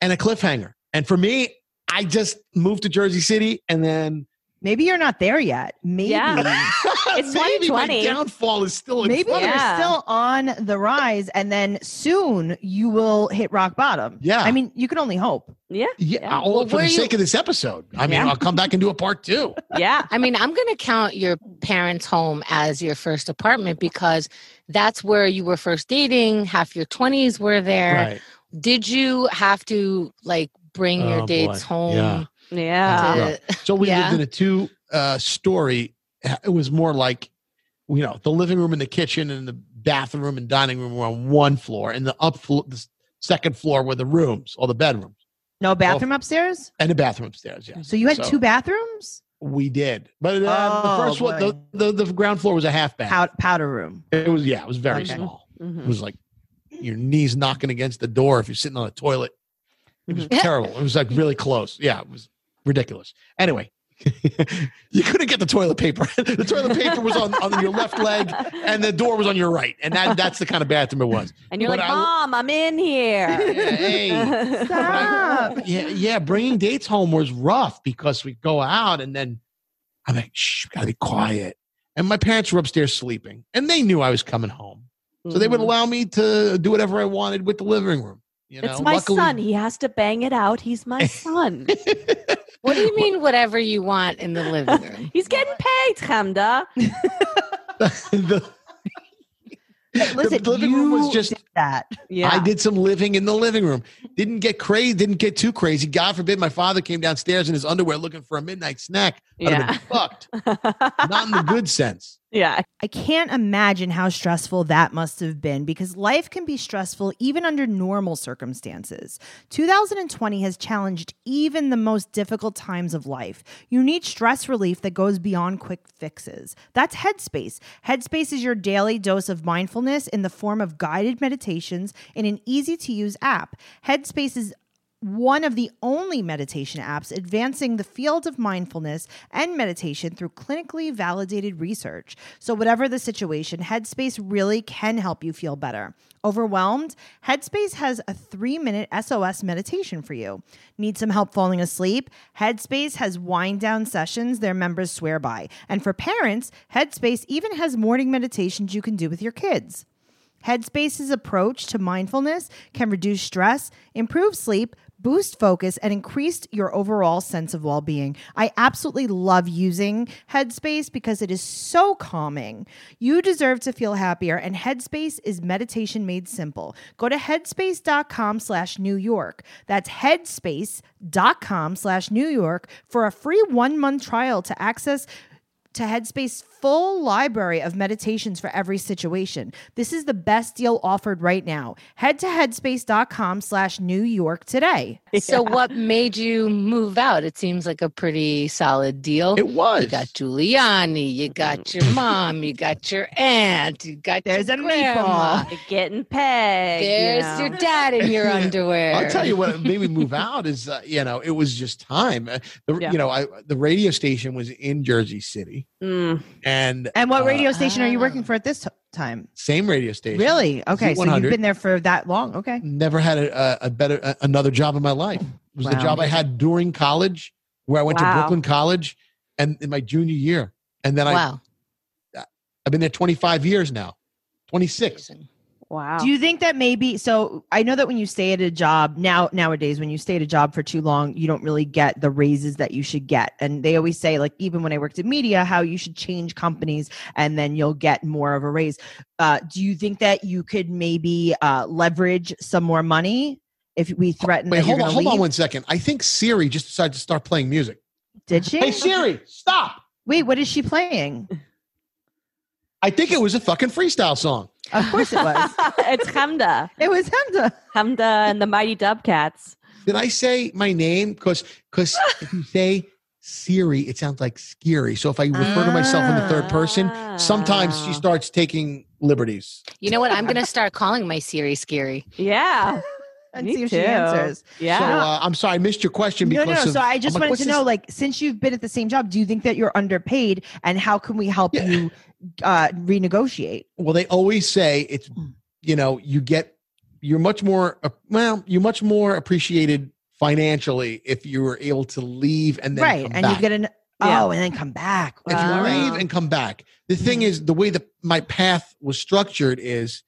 [SPEAKER 5] and a cliffhanger. And for me, I just moved to Jersey City and then
[SPEAKER 2] Maybe you're not there yet. Maybe.
[SPEAKER 3] Yeah. It's
[SPEAKER 5] maybe my
[SPEAKER 3] 2020.
[SPEAKER 5] downfall is still in
[SPEAKER 2] Maybe
[SPEAKER 5] front of-
[SPEAKER 3] Yeah.
[SPEAKER 2] you're still on the rise, and then soon you will hit rock bottom.
[SPEAKER 5] Yeah.
[SPEAKER 2] I mean, you can only hope.
[SPEAKER 3] yeah.
[SPEAKER 5] yeah,
[SPEAKER 3] Yeah.
[SPEAKER 5] all
[SPEAKER 4] Well,
[SPEAKER 5] for
[SPEAKER 4] where
[SPEAKER 5] the
[SPEAKER 4] you-
[SPEAKER 5] sake of this episode. I mean,
[SPEAKER 3] Yeah.
[SPEAKER 5] I'll come back and do a part two.
[SPEAKER 3] Yeah.
[SPEAKER 4] I mean, I'm going to count your parents' home as your first apartment because that's where you were first dating, half your 20s were there. Did you have to like bring your
[SPEAKER 5] Oh,
[SPEAKER 4] dates
[SPEAKER 5] boy.
[SPEAKER 4] home?
[SPEAKER 5] Yeah.
[SPEAKER 3] Yeah.
[SPEAKER 5] Yeah.
[SPEAKER 4] to-
[SPEAKER 5] So we
[SPEAKER 4] Yeah.
[SPEAKER 5] lived in a two uh, story. It was more like, you know, the living room and the kitchen and the bathroom and dining room were on one floor, and the up flo- the s- second floor were the rooms, all the bedrooms,
[SPEAKER 2] No bathroom upstairs.
[SPEAKER 5] and the bathroom upstairs. Yes.
[SPEAKER 2] So you had
[SPEAKER 5] So-
[SPEAKER 2] two bathrooms.
[SPEAKER 5] We did, but uh,
[SPEAKER 2] Oh,
[SPEAKER 5] the first one, the,
[SPEAKER 2] boy.
[SPEAKER 5] the the ground floor was a half bath.
[SPEAKER 2] Pow- powder room.
[SPEAKER 5] It was yeah, it was very
[SPEAKER 3] Okay.
[SPEAKER 5] small. It
[SPEAKER 3] Mhm.
[SPEAKER 5] was like your knees knocking against the door if you're sitting on a toilet. It
[SPEAKER 3] Mm-hmm.
[SPEAKER 5] was
[SPEAKER 4] Mhm.
[SPEAKER 5] terrible. It was like really close. Yeah, it was ridiculous. Anyway, you couldn't get the toilet paper. the toilet paper was on, on your left leg and the door was on your right. And that, that's the kind of bathroom it was.
[SPEAKER 3] And you're
[SPEAKER 5] But
[SPEAKER 3] like,
[SPEAKER 5] I-
[SPEAKER 3] Mom, I'm in here.
[SPEAKER 5] Hey,
[SPEAKER 2] Stop.
[SPEAKER 5] yeah, yeah, bringing dates home was rough because we go out and then I'm like, shh, we gotta be quiet. And my parents were upstairs sleeping and they knew I was coming home. So they would
[SPEAKER 3] Mhm.
[SPEAKER 5] allow me to do whatever I wanted with the living room. You know,
[SPEAKER 3] It's my
[SPEAKER 5] Luckily-
[SPEAKER 3] son. He has to bang it out. He's my son.
[SPEAKER 4] What do you mean, whatever you want in the living room?
[SPEAKER 3] He's getting paid, Hamda.
[SPEAKER 5] the,
[SPEAKER 2] Listen,
[SPEAKER 5] the living room was
[SPEAKER 2] you
[SPEAKER 5] just.
[SPEAKER 2] did that.
[SPEAKER 3] Yeah.
[SPEAKER 5] I did some living in the living room. Didn't get crazy. Didn't get too crazy. God forbid my father came downstairs in his underwear looking for a midnight snack. I'd have been fucked. Not in the good sense.
[SPEAKER 3] yeah.
[SPEAKER 2] I can't imagine how stressful that must have been because life can be stressful even under normal circumstances. 2020 has challenged even the most difficult times of life. You need stress relief that goes beyond quick fixes. That's Headspace. Headspace is your daily dose of mindfulness in the form of guided meditations in an easy to use app. Headspace is one of the only meditation apps advancing the field of mindfulness and meditation through clinically validated research. So, whatever the situation, Headspace really can help you feel better. Overwhelmed? Headspace has a three minute SOS meditation for you. Need some help falling asleep? Headspace has wind down sessions their members swear by. And for parents, Headspace even has morning meditations you can do with your kids. Headspace's approach to mindfulness can reduce stress, improve sleep, boost focus, and increase your overall sense of well being. I absolutely love using Headspace because it is so calming. You deserve to feel happier, and Headspace is meditation made simple. Go to headspace.com slash New York. That's headspace.com slash New York for a free one month trial to access to Headspace full library of meditations for every situation. This is the best deal offered right now. Head to headspace.com slash New York today.
[SPEAKER 4] So, what made you move out? It seems like a pretty solid deal.
[SPEAKER 5] It was.
[SPEAKER 4] You got Giuliani, you got your mom, you got your aunt, you got your
[SPEAKER 2] There's a
[SPEAKER 4] grandma,
[SPEAKER 3] You're getting paid. you
[SPEAKER 4] There's
[SPEAKER 3] know.
[SPEAKER 4] your dad in your underwear.
[SPEAKER 5] I'll tell you what made me move out is uh, you know it was just time. Uh, the,
[SPEAKER 3] Yeah.
[SPEAKER 5] You know, I the radio station was in Jersey City,
[SPEAKER 3] Mm.
[SPEAKER 5] and
[SPEAKER 2] And what
[SPEAKER 5] Uh,
[SPEAKER 2] radio station are you working
[SPEAKER 4] Ah.
[SPEAKER 2] for at this t- time?
[SPEAKER 5] same radio station.
[SPEAKER 2] Really? Okay, so you've
[SPEAKER 5] Z100.
[SPEAKER 2] been there for that long. Okay.
[SPEAKER 5] Never had a, a- a better a, another job in my life. It was the
[SPEAKER 2] Wow.
[SPEAKER 5] job I had during college, where I went
[SPEAKER 3] Wow.
[SPEAKER 5] to Brooklyn College, and in my junior year, and then I
[SPEAKER 4] wow.
[SPEAKER 5] I've been there 25 years now, 26.
[SPEAKER 4] Amazing.
[SPEAKER 3] Wow.
[SPEAKER 2] Do you think that maybe so I know that when you stay at a job now nowadays when you stay at a job for too long you don't really get the raises that you should get and they always say like even when I worked in media how you should change companies and then you'll get more of a raise. Uh, do you think that you could maybe uh, leverage some more money if we threaten
[SPEAKER 5] Wait,
[SPEAKER 2] that you're
[SPEAKER 5] hold on,
[SPEAKER 2] gonna
[SPEAKER 5] hold on
[SPEAKER 2] leave?
[SPEAKER 5] one second. I think Siri just decided to start playing music.
[SPEAKER 2] Did she?
[SPEAKER 5] Hey Siri, stop!
[SPEAKER 2] Wait, what is she playing?
[SPEAKER 5] I think it was a fucking freestyle song.
[SPEAKER 2] Of course it was.
[SPEAKER 3] it's Hamda.
[SPEAKER 2] it was Hemda.
[SPEAKER 3] Hamda and the Mighty Dubcats.
[SPEAKER 5] Did I say my name? Because because if you say Siri, it sounds like scary. So if I refer to myself in the third person, sometimes she
[SPEAKER 3] Ah.
[SPEAKER 5] starts taking liberties.
[SPEAKER 4] You know what? I'm going to start calling my Siri Scary.
[SPEAKER 3] Yeah.
[SPEAKER 2] And
[SPEAKER 3] Me
[SPEAKER 2] see if
[SPEAKER 3] too.
[SPEAKER 2] she answers.
[SPEAKER 5] So
[SPEAKER 3] Yeah.
[SPEAKER 5] uh, I'm sorry, I missed your question
[SPEAKER 2] No,
[SPEAKER 5] because
[SPEAKER 2] no, no.
[SPEAKER 5] of-
[SPEAKER 2] So I just
[SPEAKER 5] I'm like,
[SPEAKER 2] wanted
[SPEAKER 5] what's
[SPEAKER 2] to
[SPEAKER 5] this-
[SPEAKER 2] know, like, since you've been at the same job, do you think that you're underpaid, and how can we help
[SPEAKER 5] Yeah.
[SPEAKER 2] you uh, renegotiate?
[SPEAKER 5] well, they always say it's you know you get you're much more uh, well you're much more appreciated financially if you were able to leave and then
[SPEAKER 2] Right,
[SPEAKER 5] come
[SPEAKER 2] and
[SPEAKER 5] back.
[SPEAKER 2] you get an
[SPEAKER 3] Yeah.
[SPEAKER 2] oh, and then come back.
[SPEAKER 5] if you
[SPEAKER 3] Wow.
[SPEAKER 5] leave and come back. The thing is, the way that my path was structured is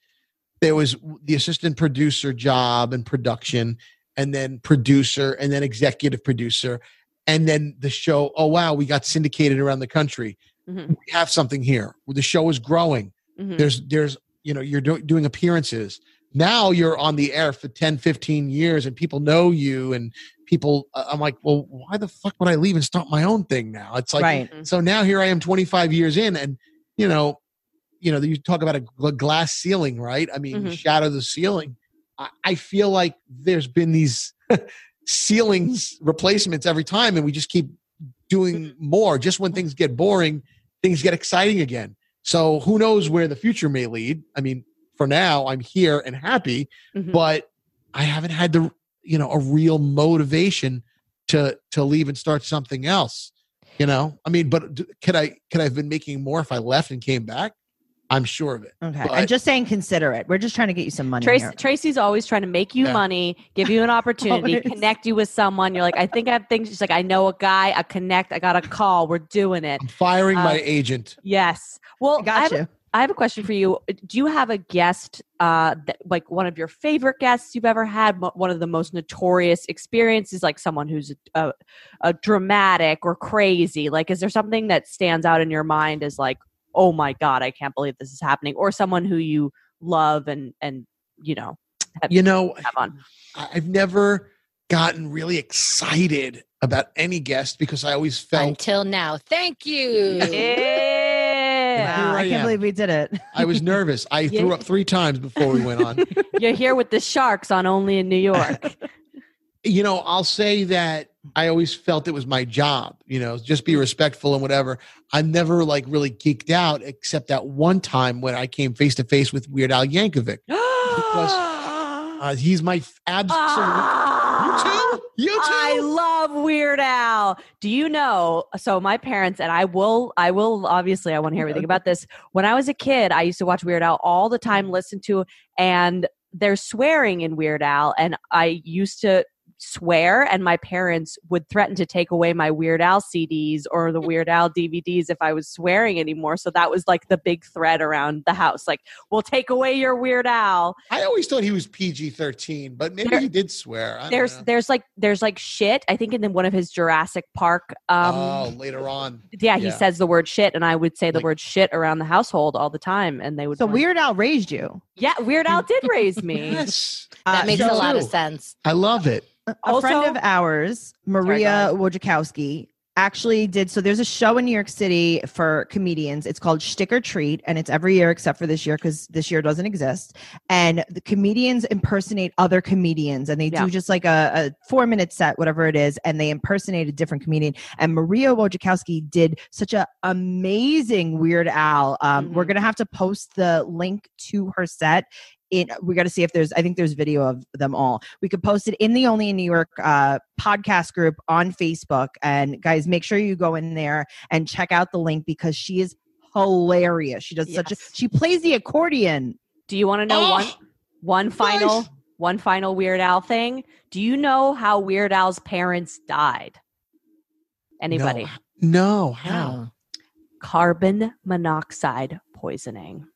[SPEAKER 5] there was the assistant producer job and production, and then producer, and then executive producer, and then the show. Oh wow, we got syndicated around the country.
[SPEAKER 3] Mhm.
[SPEAKER 5] We have something here. The show is growing.
[SPEAKER 3] Mhm.
[SPEAKER 5] There's there's you know you're do- doing appearances. Now you're on the air for 10, 15 years, and people know you. And people, uh, I'm like, well, why the fuck would I leave and start my own thing now? It's like,
[SPEAKER 2] right.
[SPEAKER 3] Mhm.
[SPEAKER 5] Mm-hmm. so now here I am 25 years in and you know you know you talk about a gl- glass ceiling right I mean
[SPEAKER 3] Mhm.
[SPEAKER 5] shadow the ceiling I, I feel like there's been these ceilings replacements every time and we just keep doing more. Just when things get boring, things get exciting again. So who knows where the future may lead? I mean, for now, I'm here and happy,
[SPEAKER 3] Mhm.
[SPEAKER 5] but I haven't had the you know a real motivation to to leave and start something else. You know, I mean, but d- could I could I have been making more if I left and came back? I'm sure of it.
[SPEAKER 2] Okay.
[SPEAKER 5] But-
[SPEAKER 2] I'm just saying, consider it. We're just trying to get you some money.
[SPEAKER 3] Tracy,
[SPEAKER 2] here.
[SPEAKER 3] Tracy's always trying to make you
[SPEAKER 5] Yeah.
[SPEAKER 3] money, give you an opportunity,
[SPEAKER 2] Always.
[SPEAKER 3] connect you with someone. You're like, I think I have things. She's like, I know a guy, I connect, I got a call, we're doing it.
[SPEAKER 5] I'm firing my
[SPEAKER 3] Uh,
[SPEAKER 5] agent.
[SPEAKER 3] Yes. Well,
[SPEAKER 2] I
[SPEAKER 3] I have
[SPEAKER 2] got
[SPEAKER 3] a
[SPEAKER 2] you.
[SPEAKER 3] I have a question for you. Do you have a guest, uh, that, like one of your favorite guests you've ever had? mo- One of the most notorious experiences, like someone who's a, a dramatic or crazy. Like, is there something that stands out in your mind as like, oh my god, I can't believe this is happening, or someone who you love and and you know have,
[SPEAKER 5] You know,
[SPEAKER 3] have on?
[SPEAKER 5] I- I've never gotten really excited about any guest because I always felt
[SPEAKER 4] Until now. Thank you.
[SPEAKER 3] Yeah.
[SPEAKER 5] Here
[SPEAKER 2] Wow,
[SPEAKER 5] I
[SPEAKER 2] I can't
[SPEAKER 5] am.
[SPEAKER 2] believe we did it.
[SPEAKER 5] I was nervous. I threw
[SPEAKER 3] Yeah.
[SPEAKER 5] up three times before we went on.
[SPEAKER 3] You're here with the sharks on Only in New York.
[SPEAKER 5] you know, I'll say that I always felt it was my job, you know, just be respectful and whatever. I'm never like really geeked out except that one time when I came face to face with Weird Al Yankovic. Uh, he's my f- absolute.
[SPEAKER 3] Ah.
[SPEAKER 5] You too? You too?
[SPEAKER 3] I love Weird Al. Do you know? So my parents and I will, I will obviously, I want to hear everything about this. When I was a kid, I used to watch Weird Al all the time, listen to, and there's swearing in Weird Al, and I used to swear, and my parents would threaten to take away my Weird Al CDs or the Weird Al DVDs if I was swearing anymore. So that was like the big threat around the house, like we'll take away your Weird Al.
[SPEAKER 5] I always thought he was PG 13, but maybe
[SPEAKER 3] There-
[SPEAKER 5] he did swear. I don't
[SPEAKER 3] There's,
[SPEAKER 5] know.
[SPEAKER 3] there's like, there's like shit. I think in the, one of his Jurassic Park. Um,
[SPEAKER 5] oh, later on.
[SPEAKER 3] yeah, he
[SPEAKER 5] Yeah.
[SPEAKER 3] says the word shit, and I would say the
[SPEAKER 5] Like-
[SPEAKER 3] word shit around the household all the time, and they would.
[SPEAKER 2] So
[SPEAKER 3] point-
[SPEAKER 2] Weird Al raised you.
[SPEAKER 3] Yeah, Weird Al did raise me.
[SPEAKER 5] Yes.
[SPEAKER 2] Uh,
[SPEAKER 4] That makes
[SPEAKER 5] you
[SPEAKER 4] a lot of
[SPEAKER 5] too.
[SPEAKER 4] sense.
[SPEAKER 5] I love it.
[SPEAKER 2] A
[SPEAKER 3] Also-
[SPEAKER 2] friend of ours, Maria Wojciechowski, actually did. So there's a show in New York City for comedians. It's called Shtick or Treat, and it's every year except for this year because this year doesn't exist. And the comedians impersonate other comedians, and they
[SPEAKER 3] Yeah.
[SPEAKER 2] do just like a, a four minute set, whatever it is, and they impersonate a different comedian. And Maria Wojciechowski did such an amazing Weird Al. Um, We're
[SPEAKER 3] Mhm.
[SPEAKER 2] gonna have to post the link to her set in we got to see if there's i think there's video of them all we could post it in the only in new york uh, podcast group on facebook and guys make sure you go in there and check out the link because she is hilarious she does such a
[SPEAKER 3] Yes.
[SPEAKER 2] she plays the accordion
[SPEAKER 3] Do you want to know
[SPEAKER 5] Oh,
[SPEAKER 3] one one final
[SPEAKER 5] nice.
[SPEAKER 3] one final Weird Al thing? Do you know how Weird Al's parents died? Anybody?
[SPEAKER 5] No. No. How?
[SPEAKER 4] Wow.
[SPEAKER 3] Carbon monoxide poisoning.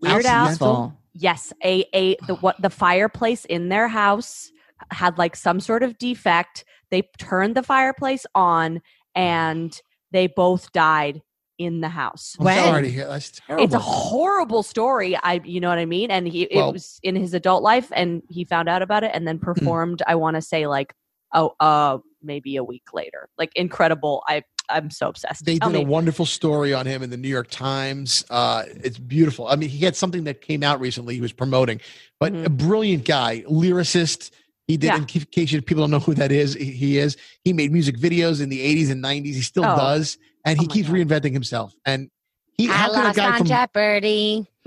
[SPEAKER 3] Weird Al.
[SPEAKER 5] Accidental?
[SPEAKER 3] Yes, a a the what the fireplace in their house had like some sort of defect. They turned the fireplace on, and they both died in the house.
[SPEAKER 5] I'm
[SPEAKER 2] When?
[SPEAKER 5] sorry to hear. That's Oh, terrible.
[SPEAKER 3] It's a horrible story. I, you know what I mean. And he,
[SPEAKER 5] Well- Mm.
[SPEAKER 3] it was in his adult life, and he found out about it, and then performed. I want to say like, oh, uh, maybe a week later. Like incredible. I, I'm so obsessed.
[SPEAKER 5] they
[SPEAKER 3] Tell
[SPEAKER 5] did a
[SPEAKER 3] me.
[SPEAKER 5] wonderful story on him in the New York Times. Uh, it's beautiful. I mean, he had something that came out recently he was promoting, but a brilliant guy, lyricist. He did,
[SPEAKER 3] Mm-hmm. Yeah.
[SPEAKER 5] in ca- case you- people don't know who that is, he- he is. He made music videos in the 80s and 90s. He still
[SPEAKER 3] Oh.
[SPEAKER 5] does. And he
[SPEAKER 3] Oh my
[SPEAKER 5] keeps
[SPEAKER 3] God.
[SPEAKER 5] reinventing himself. And he,
[SPEAKER 4] I
[SPEAKER 5] how can a
[SPEAKER 4] lost
[SPEAKER 5] guy
[SPEAKER 4] on
[SPEAKER 5] from,
[SPEAKER 4] Jeopardy,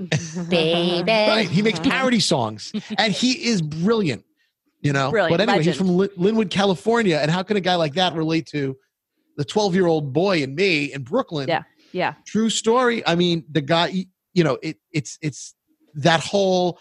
[SPEAKER 4] baby.
[SPEAKER 5] right,
[SPEAKER 3] Uh-huh.
[SPEAKER 5] he makes parody songs and he is brilliant, you know?
[SPEAKER 3] Brilliant,
[SPEAKER 5] But anyway, he's
[SPEAKER 3] legend.
[SPEAKER 5] from Lin- Linwood, California. And how can a guy like that relate to the 12 year old boy and me in Brooklyn?
[SPEAKER 3] yeah.
[SPEAKER 5] true story i mean the guy you know it it's it's that whole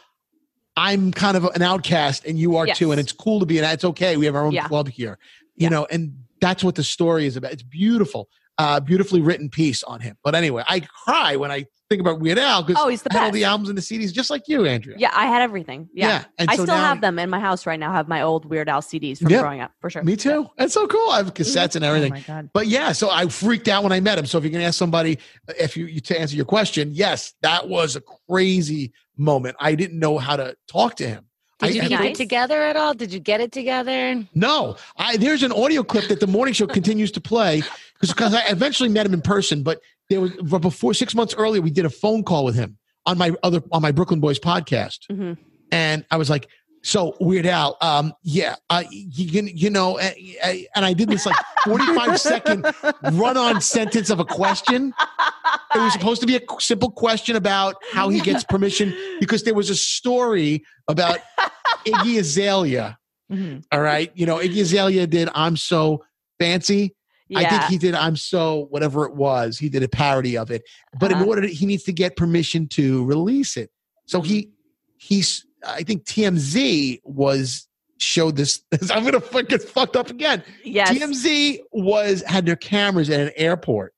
[SPEAKER 5] i'm kind of an outcast and you are
[SPEAKER 3] Yes.
[SPEAKER 5] too and it's cool to be an it's okay we have our own
[SPEAKER 3] Yeah.
[SPEAKER 5] club here you
[SPEAKER 3] Yeah.
[SPEAKER 5] know and that's what the story is about it's beautiful uh beautifully written piece on him but anyway i cry when i think about weird al because
[SPEAKER 3] Oh, he's the
[SPEAKER 5] i had all
[SPEAKER 3] best.
[SPEAKER 5] the albums and the cds just like you andrea
[SPEAKER 3] Yeah, I had everything. Yeah.
[SPEAKER 5] and
[SPEAKER 3] I
[SPEAKER 5] so
[SPEAKER 3] still
[SPEAKER 5] now-
[SPEAKER 3] have them in my house right now. I have my old Weird Al CDs from
[SPEAKER 5] Yeah.
[SPEAKER 3] growing up for sure.
[SPEAKER 5] me too that's so cool i
[SPEAKER 3] Mm-hmm.
[SPEAKER 5] have cassettes and everything
[SPEAKER 2] oh my god
[SPEAKER 5] But yeah, so I freaked out when I met him. So if you're gonna ask somebody, uh, if you, you to answer your question, yes, that was a crazy moment. I didn't know how to talk to him. I,
[SPEAKER 4] Did you
[SPEAKER 5] I-
[SPEAKER 4] keep it
[SPEAKER 3] Nice.
[SPEAKER 4] together at all? Did you get it together?
[SPEAKER 5] no, I there's an audio clip that the morning show continues to play because I eventually met him in person. But there was but before six months earlier, we did a phone call with him on my other on my Brooklyn Boys podcast,
[SPEAKER 3] Mhm.
[SPEAKER 5] and I was like, So Weird Al, um, yeah, uh, you, can- you know, uh, uh, and I did this like 45 second run on sentence of a question. It was supposed to be a qu- simple question about how he gets permission because there was a story about Iggy Azalea.
[SPEAKER 3] Mm-hmm.
[SPEAKER 2] Mhm.
[SPEAKER 5] All right, you know, Iggy Azalea did "I'm So Fancy." I think
[SPEAKER 3] Yeah.
[SPEAKER 5] he did "I'm So" whatever it was. He did a parody of it, but in
[SPEAKER 3] Uh-huh.
[SPEAKER 5] order to, he needs to get permission to release it. So he
[SPEAKER 3] Mm-hmm.
[SPEAKER 5] he's I think TMZ was showed this. I'm gonna fuck get fucked up again.
[SPEAKER 3] Yes.
[SPEAKER 5] TMZ was had their cameras at an airport,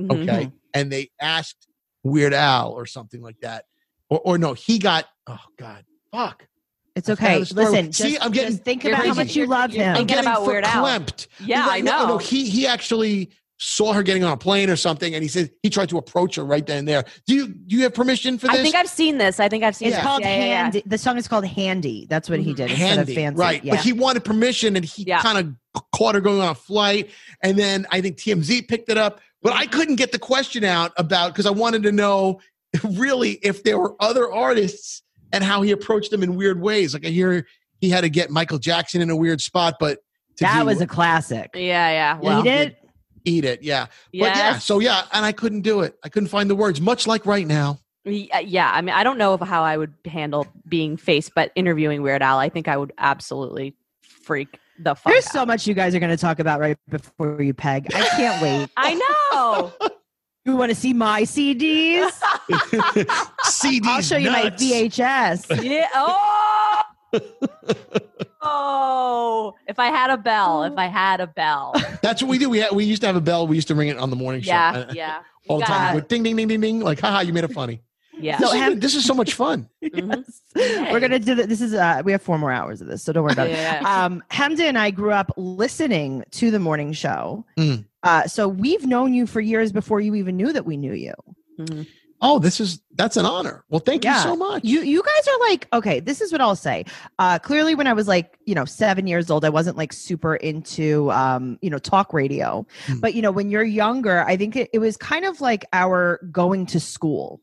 [SPEAKER 3] Mhm.
[SPEAKER 5] okay, and they asked Weird Al or something like that, or or no, he got oh god, fuck.
[SPEAKER 2] It's
[SPEAKER 5] That's
[SPEAKER 2] okay.
[SPEAKER 5] kind of the story.
[SPEAKER 2] Listen,
[SPEAKER 5] See,
[SPEAKER 2] just-
[SPEAKER 5] I'm getting-
[SPEAKER 2] just think
[SPEAKER 3] You're
[SPEAKER 2] about how
[SPEAKER 5] thinking-
[SPEAKER 2] much you
[SPEAKER 3] you're-
[SPEAKER 2] love
[SPEAKER 3] you're
[SPEAKER 2] him.
[SPEAKER 3] thinking- about Weird Al.
[SPEAKER 5] verklempt.
[SPEAKER 3] Yeah, I
[SPEAKER 5] Like, no,
[SPEAKER 3] know.
[SPEAKER 5] No, he he actually saw her getting on a plane or something, and he said he tried to approach her right then and there. Do you do you have permission for this?
[SPEAKER 3] I think I've seen this. I think I've seen
[SPEAKER 2] It's
[SPEAKER 3] this.
[SPEAKER 2] called
[SPEAKER 3] Yeah, yeah, yeah.
[SPEAKER 2] Handy. The song is called Handy. That's what he did instead of
[SPEAKER 5] handy,
[SPEAKER 2] fancy.
[SPEAKER 5] right?
[SPEAKER 2] Yeah.
[SPEAKER 5] But he wanted permission, and he
[SPEAKER 3] Yeah.
[SPEAKER 5] kind of caught her going on a flight. And then I think TMZ picked it up, but I couldn't get the question out about because I wanted to know really if there were other artists and how he approached them in weird ways. Like I hear he had to get Michael Jackson in a weird spot, but to
[SPEAKER 2] that
[SPEAKER 5] do-
[SPEAKER 2] was a classic.
[SPEAKER 3] Yeah, yeah. Well,
[SPEAKER 5] he
[SPEAKER 2] Eat
[SPEAKER 5] did.
[SPEAKER 2] it.
[SPEAKER 5] eat it, yeah. But yeah,
[SPEAKER 3] yes.
[SPEAKER 5] so yeah, and I couldn't do it. I couldn't find the words, much like right now.
[SPEAKER 3] yeah. Yeah. I mean, I don't know of how I would handle being faced, but interviewing Weird Al, I think I would absolutely freak the fuck
[SPEAKER 2] There's
[SPEAKER 3] out.
[SPEAKER 2] so much you guys are going to talk about right before you peg. I can't wait.
[SPEAKER 3] I know.
[SPEAKER 2] You want to see my CDs?
[SPEAKER 5] CDs.
[SPEAKER 2] I'll show you
[SPEAKER 5] nuts.
[SPEAKER 2] my VHS.
[SPEAKER 3] yeah. Oh. Oh, if I had a bell, if I had a bell.
[SPEAKER 5] That's what we do. We had, we used to have a bell. We used to ring it on the morning show.
[SPEAKER 3] Yeah,
[SPEAKER 5] Uh,
[SPEAKER 3] yeah,
[SPEAKER 5] all the
[SPEAKER 3] Yeah.
[SPEAKER 5] time. We'd go ding, ding, ding, ding, ding. Like, haha, you made it funny.
[SPEAKER 3] yeah.
[SPEAKER 5] This,
[SPEAKER 2] So
[SPEAKER 5] is,
[SPEAKER 2] have-
[SPEAKER 5] this is so much fun.
[SPEAKER 3] Mhm.
[SPEAKER 2] Yes. We're going to do that. This is, uh, we have four more hours of this, so don't worry about it.
[SPEAKER 3] yeah.
[SPEAKER 2] Um, Hemda and I grew up listening to the morning show.
[SPEAKER 5] Mm.
[SPEAKER 2] Uh, so we've known you for years before you even knew that we knew you.
[SPEAKER 3] Mhm.
[SPEAKER 5] Oh, this is that's an honor. Well, thank
[SPEAKER 2] Yeah.
[SPEAKER 5] you so much.
[SPEAKER 2] You you guys are like okay. This is what I'll say. Uh, clearly, when I was like you know seven years old, I wasn't like super into um, you know talk radio.
[SPEAKER 5] Mm.
[SPEAKER 2] But you know when you're younger, I think it, it was kind of like our going to school,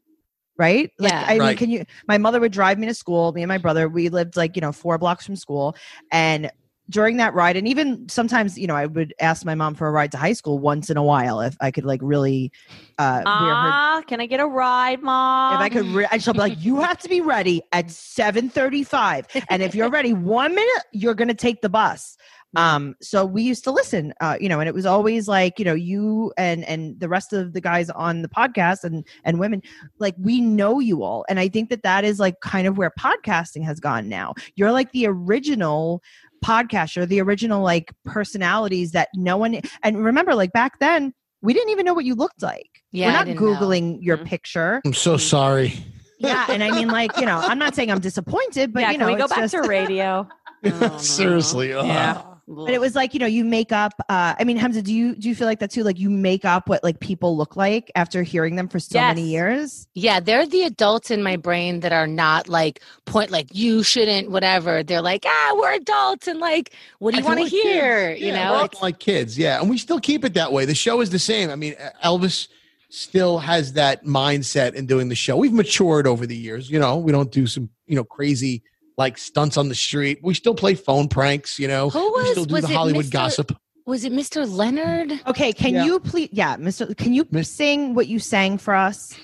[SPEAKER 2] right? Like,
[SPEAKER 4] Yeah.
[SPEAKER 2] I mean,
[SPEAKER 5] Right.
[SPEAKER 2] can you? My mother would drive me to school. Me and my brother, we lived like you know four blocks from school, and during that ride and even sometimes you know i would ask my mom for a ride to high school once in a while if i could like really uh wear her
[SPEAKER 3] Ah, can I get a ride, mom?
[SPEAKER 2] if I
[SPEAKER 4] Um,
[SPEAKER 2] could, re- and she'll be like, "You have to be ready at 7:35, and if you're ready one minute, you're gonna take the bus." Um, so we used to listen, uh, you know, and it was always like, you know, you and and the rest of the guys on the podcast and and women, like we know you all, and I think that that is like kind of where podcasting has gone now. You're like the original podcaster, the original like personalities that no one and remember, like back then, we didn't even know what you looked like.
[SPEAKER 4] Yeah, I
[SPEAKER 2] We're not
[SPEAKER 4] didn't know. Mm-hmm.
[SPEAKER 2] googling your
[SPEAKER 3] Mhm.
[SPEAKER 2] picture
[SPEAKER 5] I'm so sorry.
[SPEAKER 2] yeah and i mean like you know i'm not saying i'm disappointed but
[SPEAKER 3] yeah,
[SPEAKER 2] you know
[SPEAKER 3] can we go
[SPEAKER 2] it's
[SPEAKER 3] back
[SPEAKER 2] just-
[SPEAKER 3] to radio? I don't know.
[SPEAKER 5] Seriously, ugh.
[SPEAKER 3] Yeah.
[SPEAKER 4] Oh,
[SPEAKER 2] but it was like you know you make up uh i mean hamza do you do you feel like that too like you make up what like people look like after hearing them for so many
[SPEAKER 3] Yes.
[SPEAKER 2] years
[SPEAKER 4] Yeah, they're the adults in my brain that are not like point like you shouldn't whatever. They're like ah, we're adults and like what do
[SPEAKER 5] I
[SPEAKER 4] you
[SPEAKER 5] feel
[SPEAKER 4] want to
[SPEAKER 5] like
[SPEAKER 4] hear?
[SPEAKER 5] kids.
[SPEAKER 4] You
[SPEAKER 5] Yeah,
[SPEAKER 4] know,
[SPEAKER 5] we're
[SPEAKER 4] it's,
[SPEAKER 5] acting like kids. Yeah, and we still keep it that way. The show is the same. I mean, E-, Elvis still has that mindset in doing the show. We've matured over the years. You know, we don't do some you know crazy like stunts on the street. We still play phone pranks. Oh, You know,
[SPEAKER 4] who
[SPEAKER 5] we
[SPEAKER 4] was
[SPEAKER 5] still do
[SPEAKER 4] was
[SPEAKER 5] the
[SPEAKER 4] it
[SPEAKER 5] Hollywood
[SPEAKER 4] Mr.
[SPEAKER 5] gossip.
[SPEAKER 4] Was it Mr. Leonard?
[SPEAKER 2] okay can
[SPEAKER 5] Yeah.
[SPEAKER 2] you please yeah mr can you
[SPEAKER 5] Miss-
[SPEAKER 2] sing what you sang for us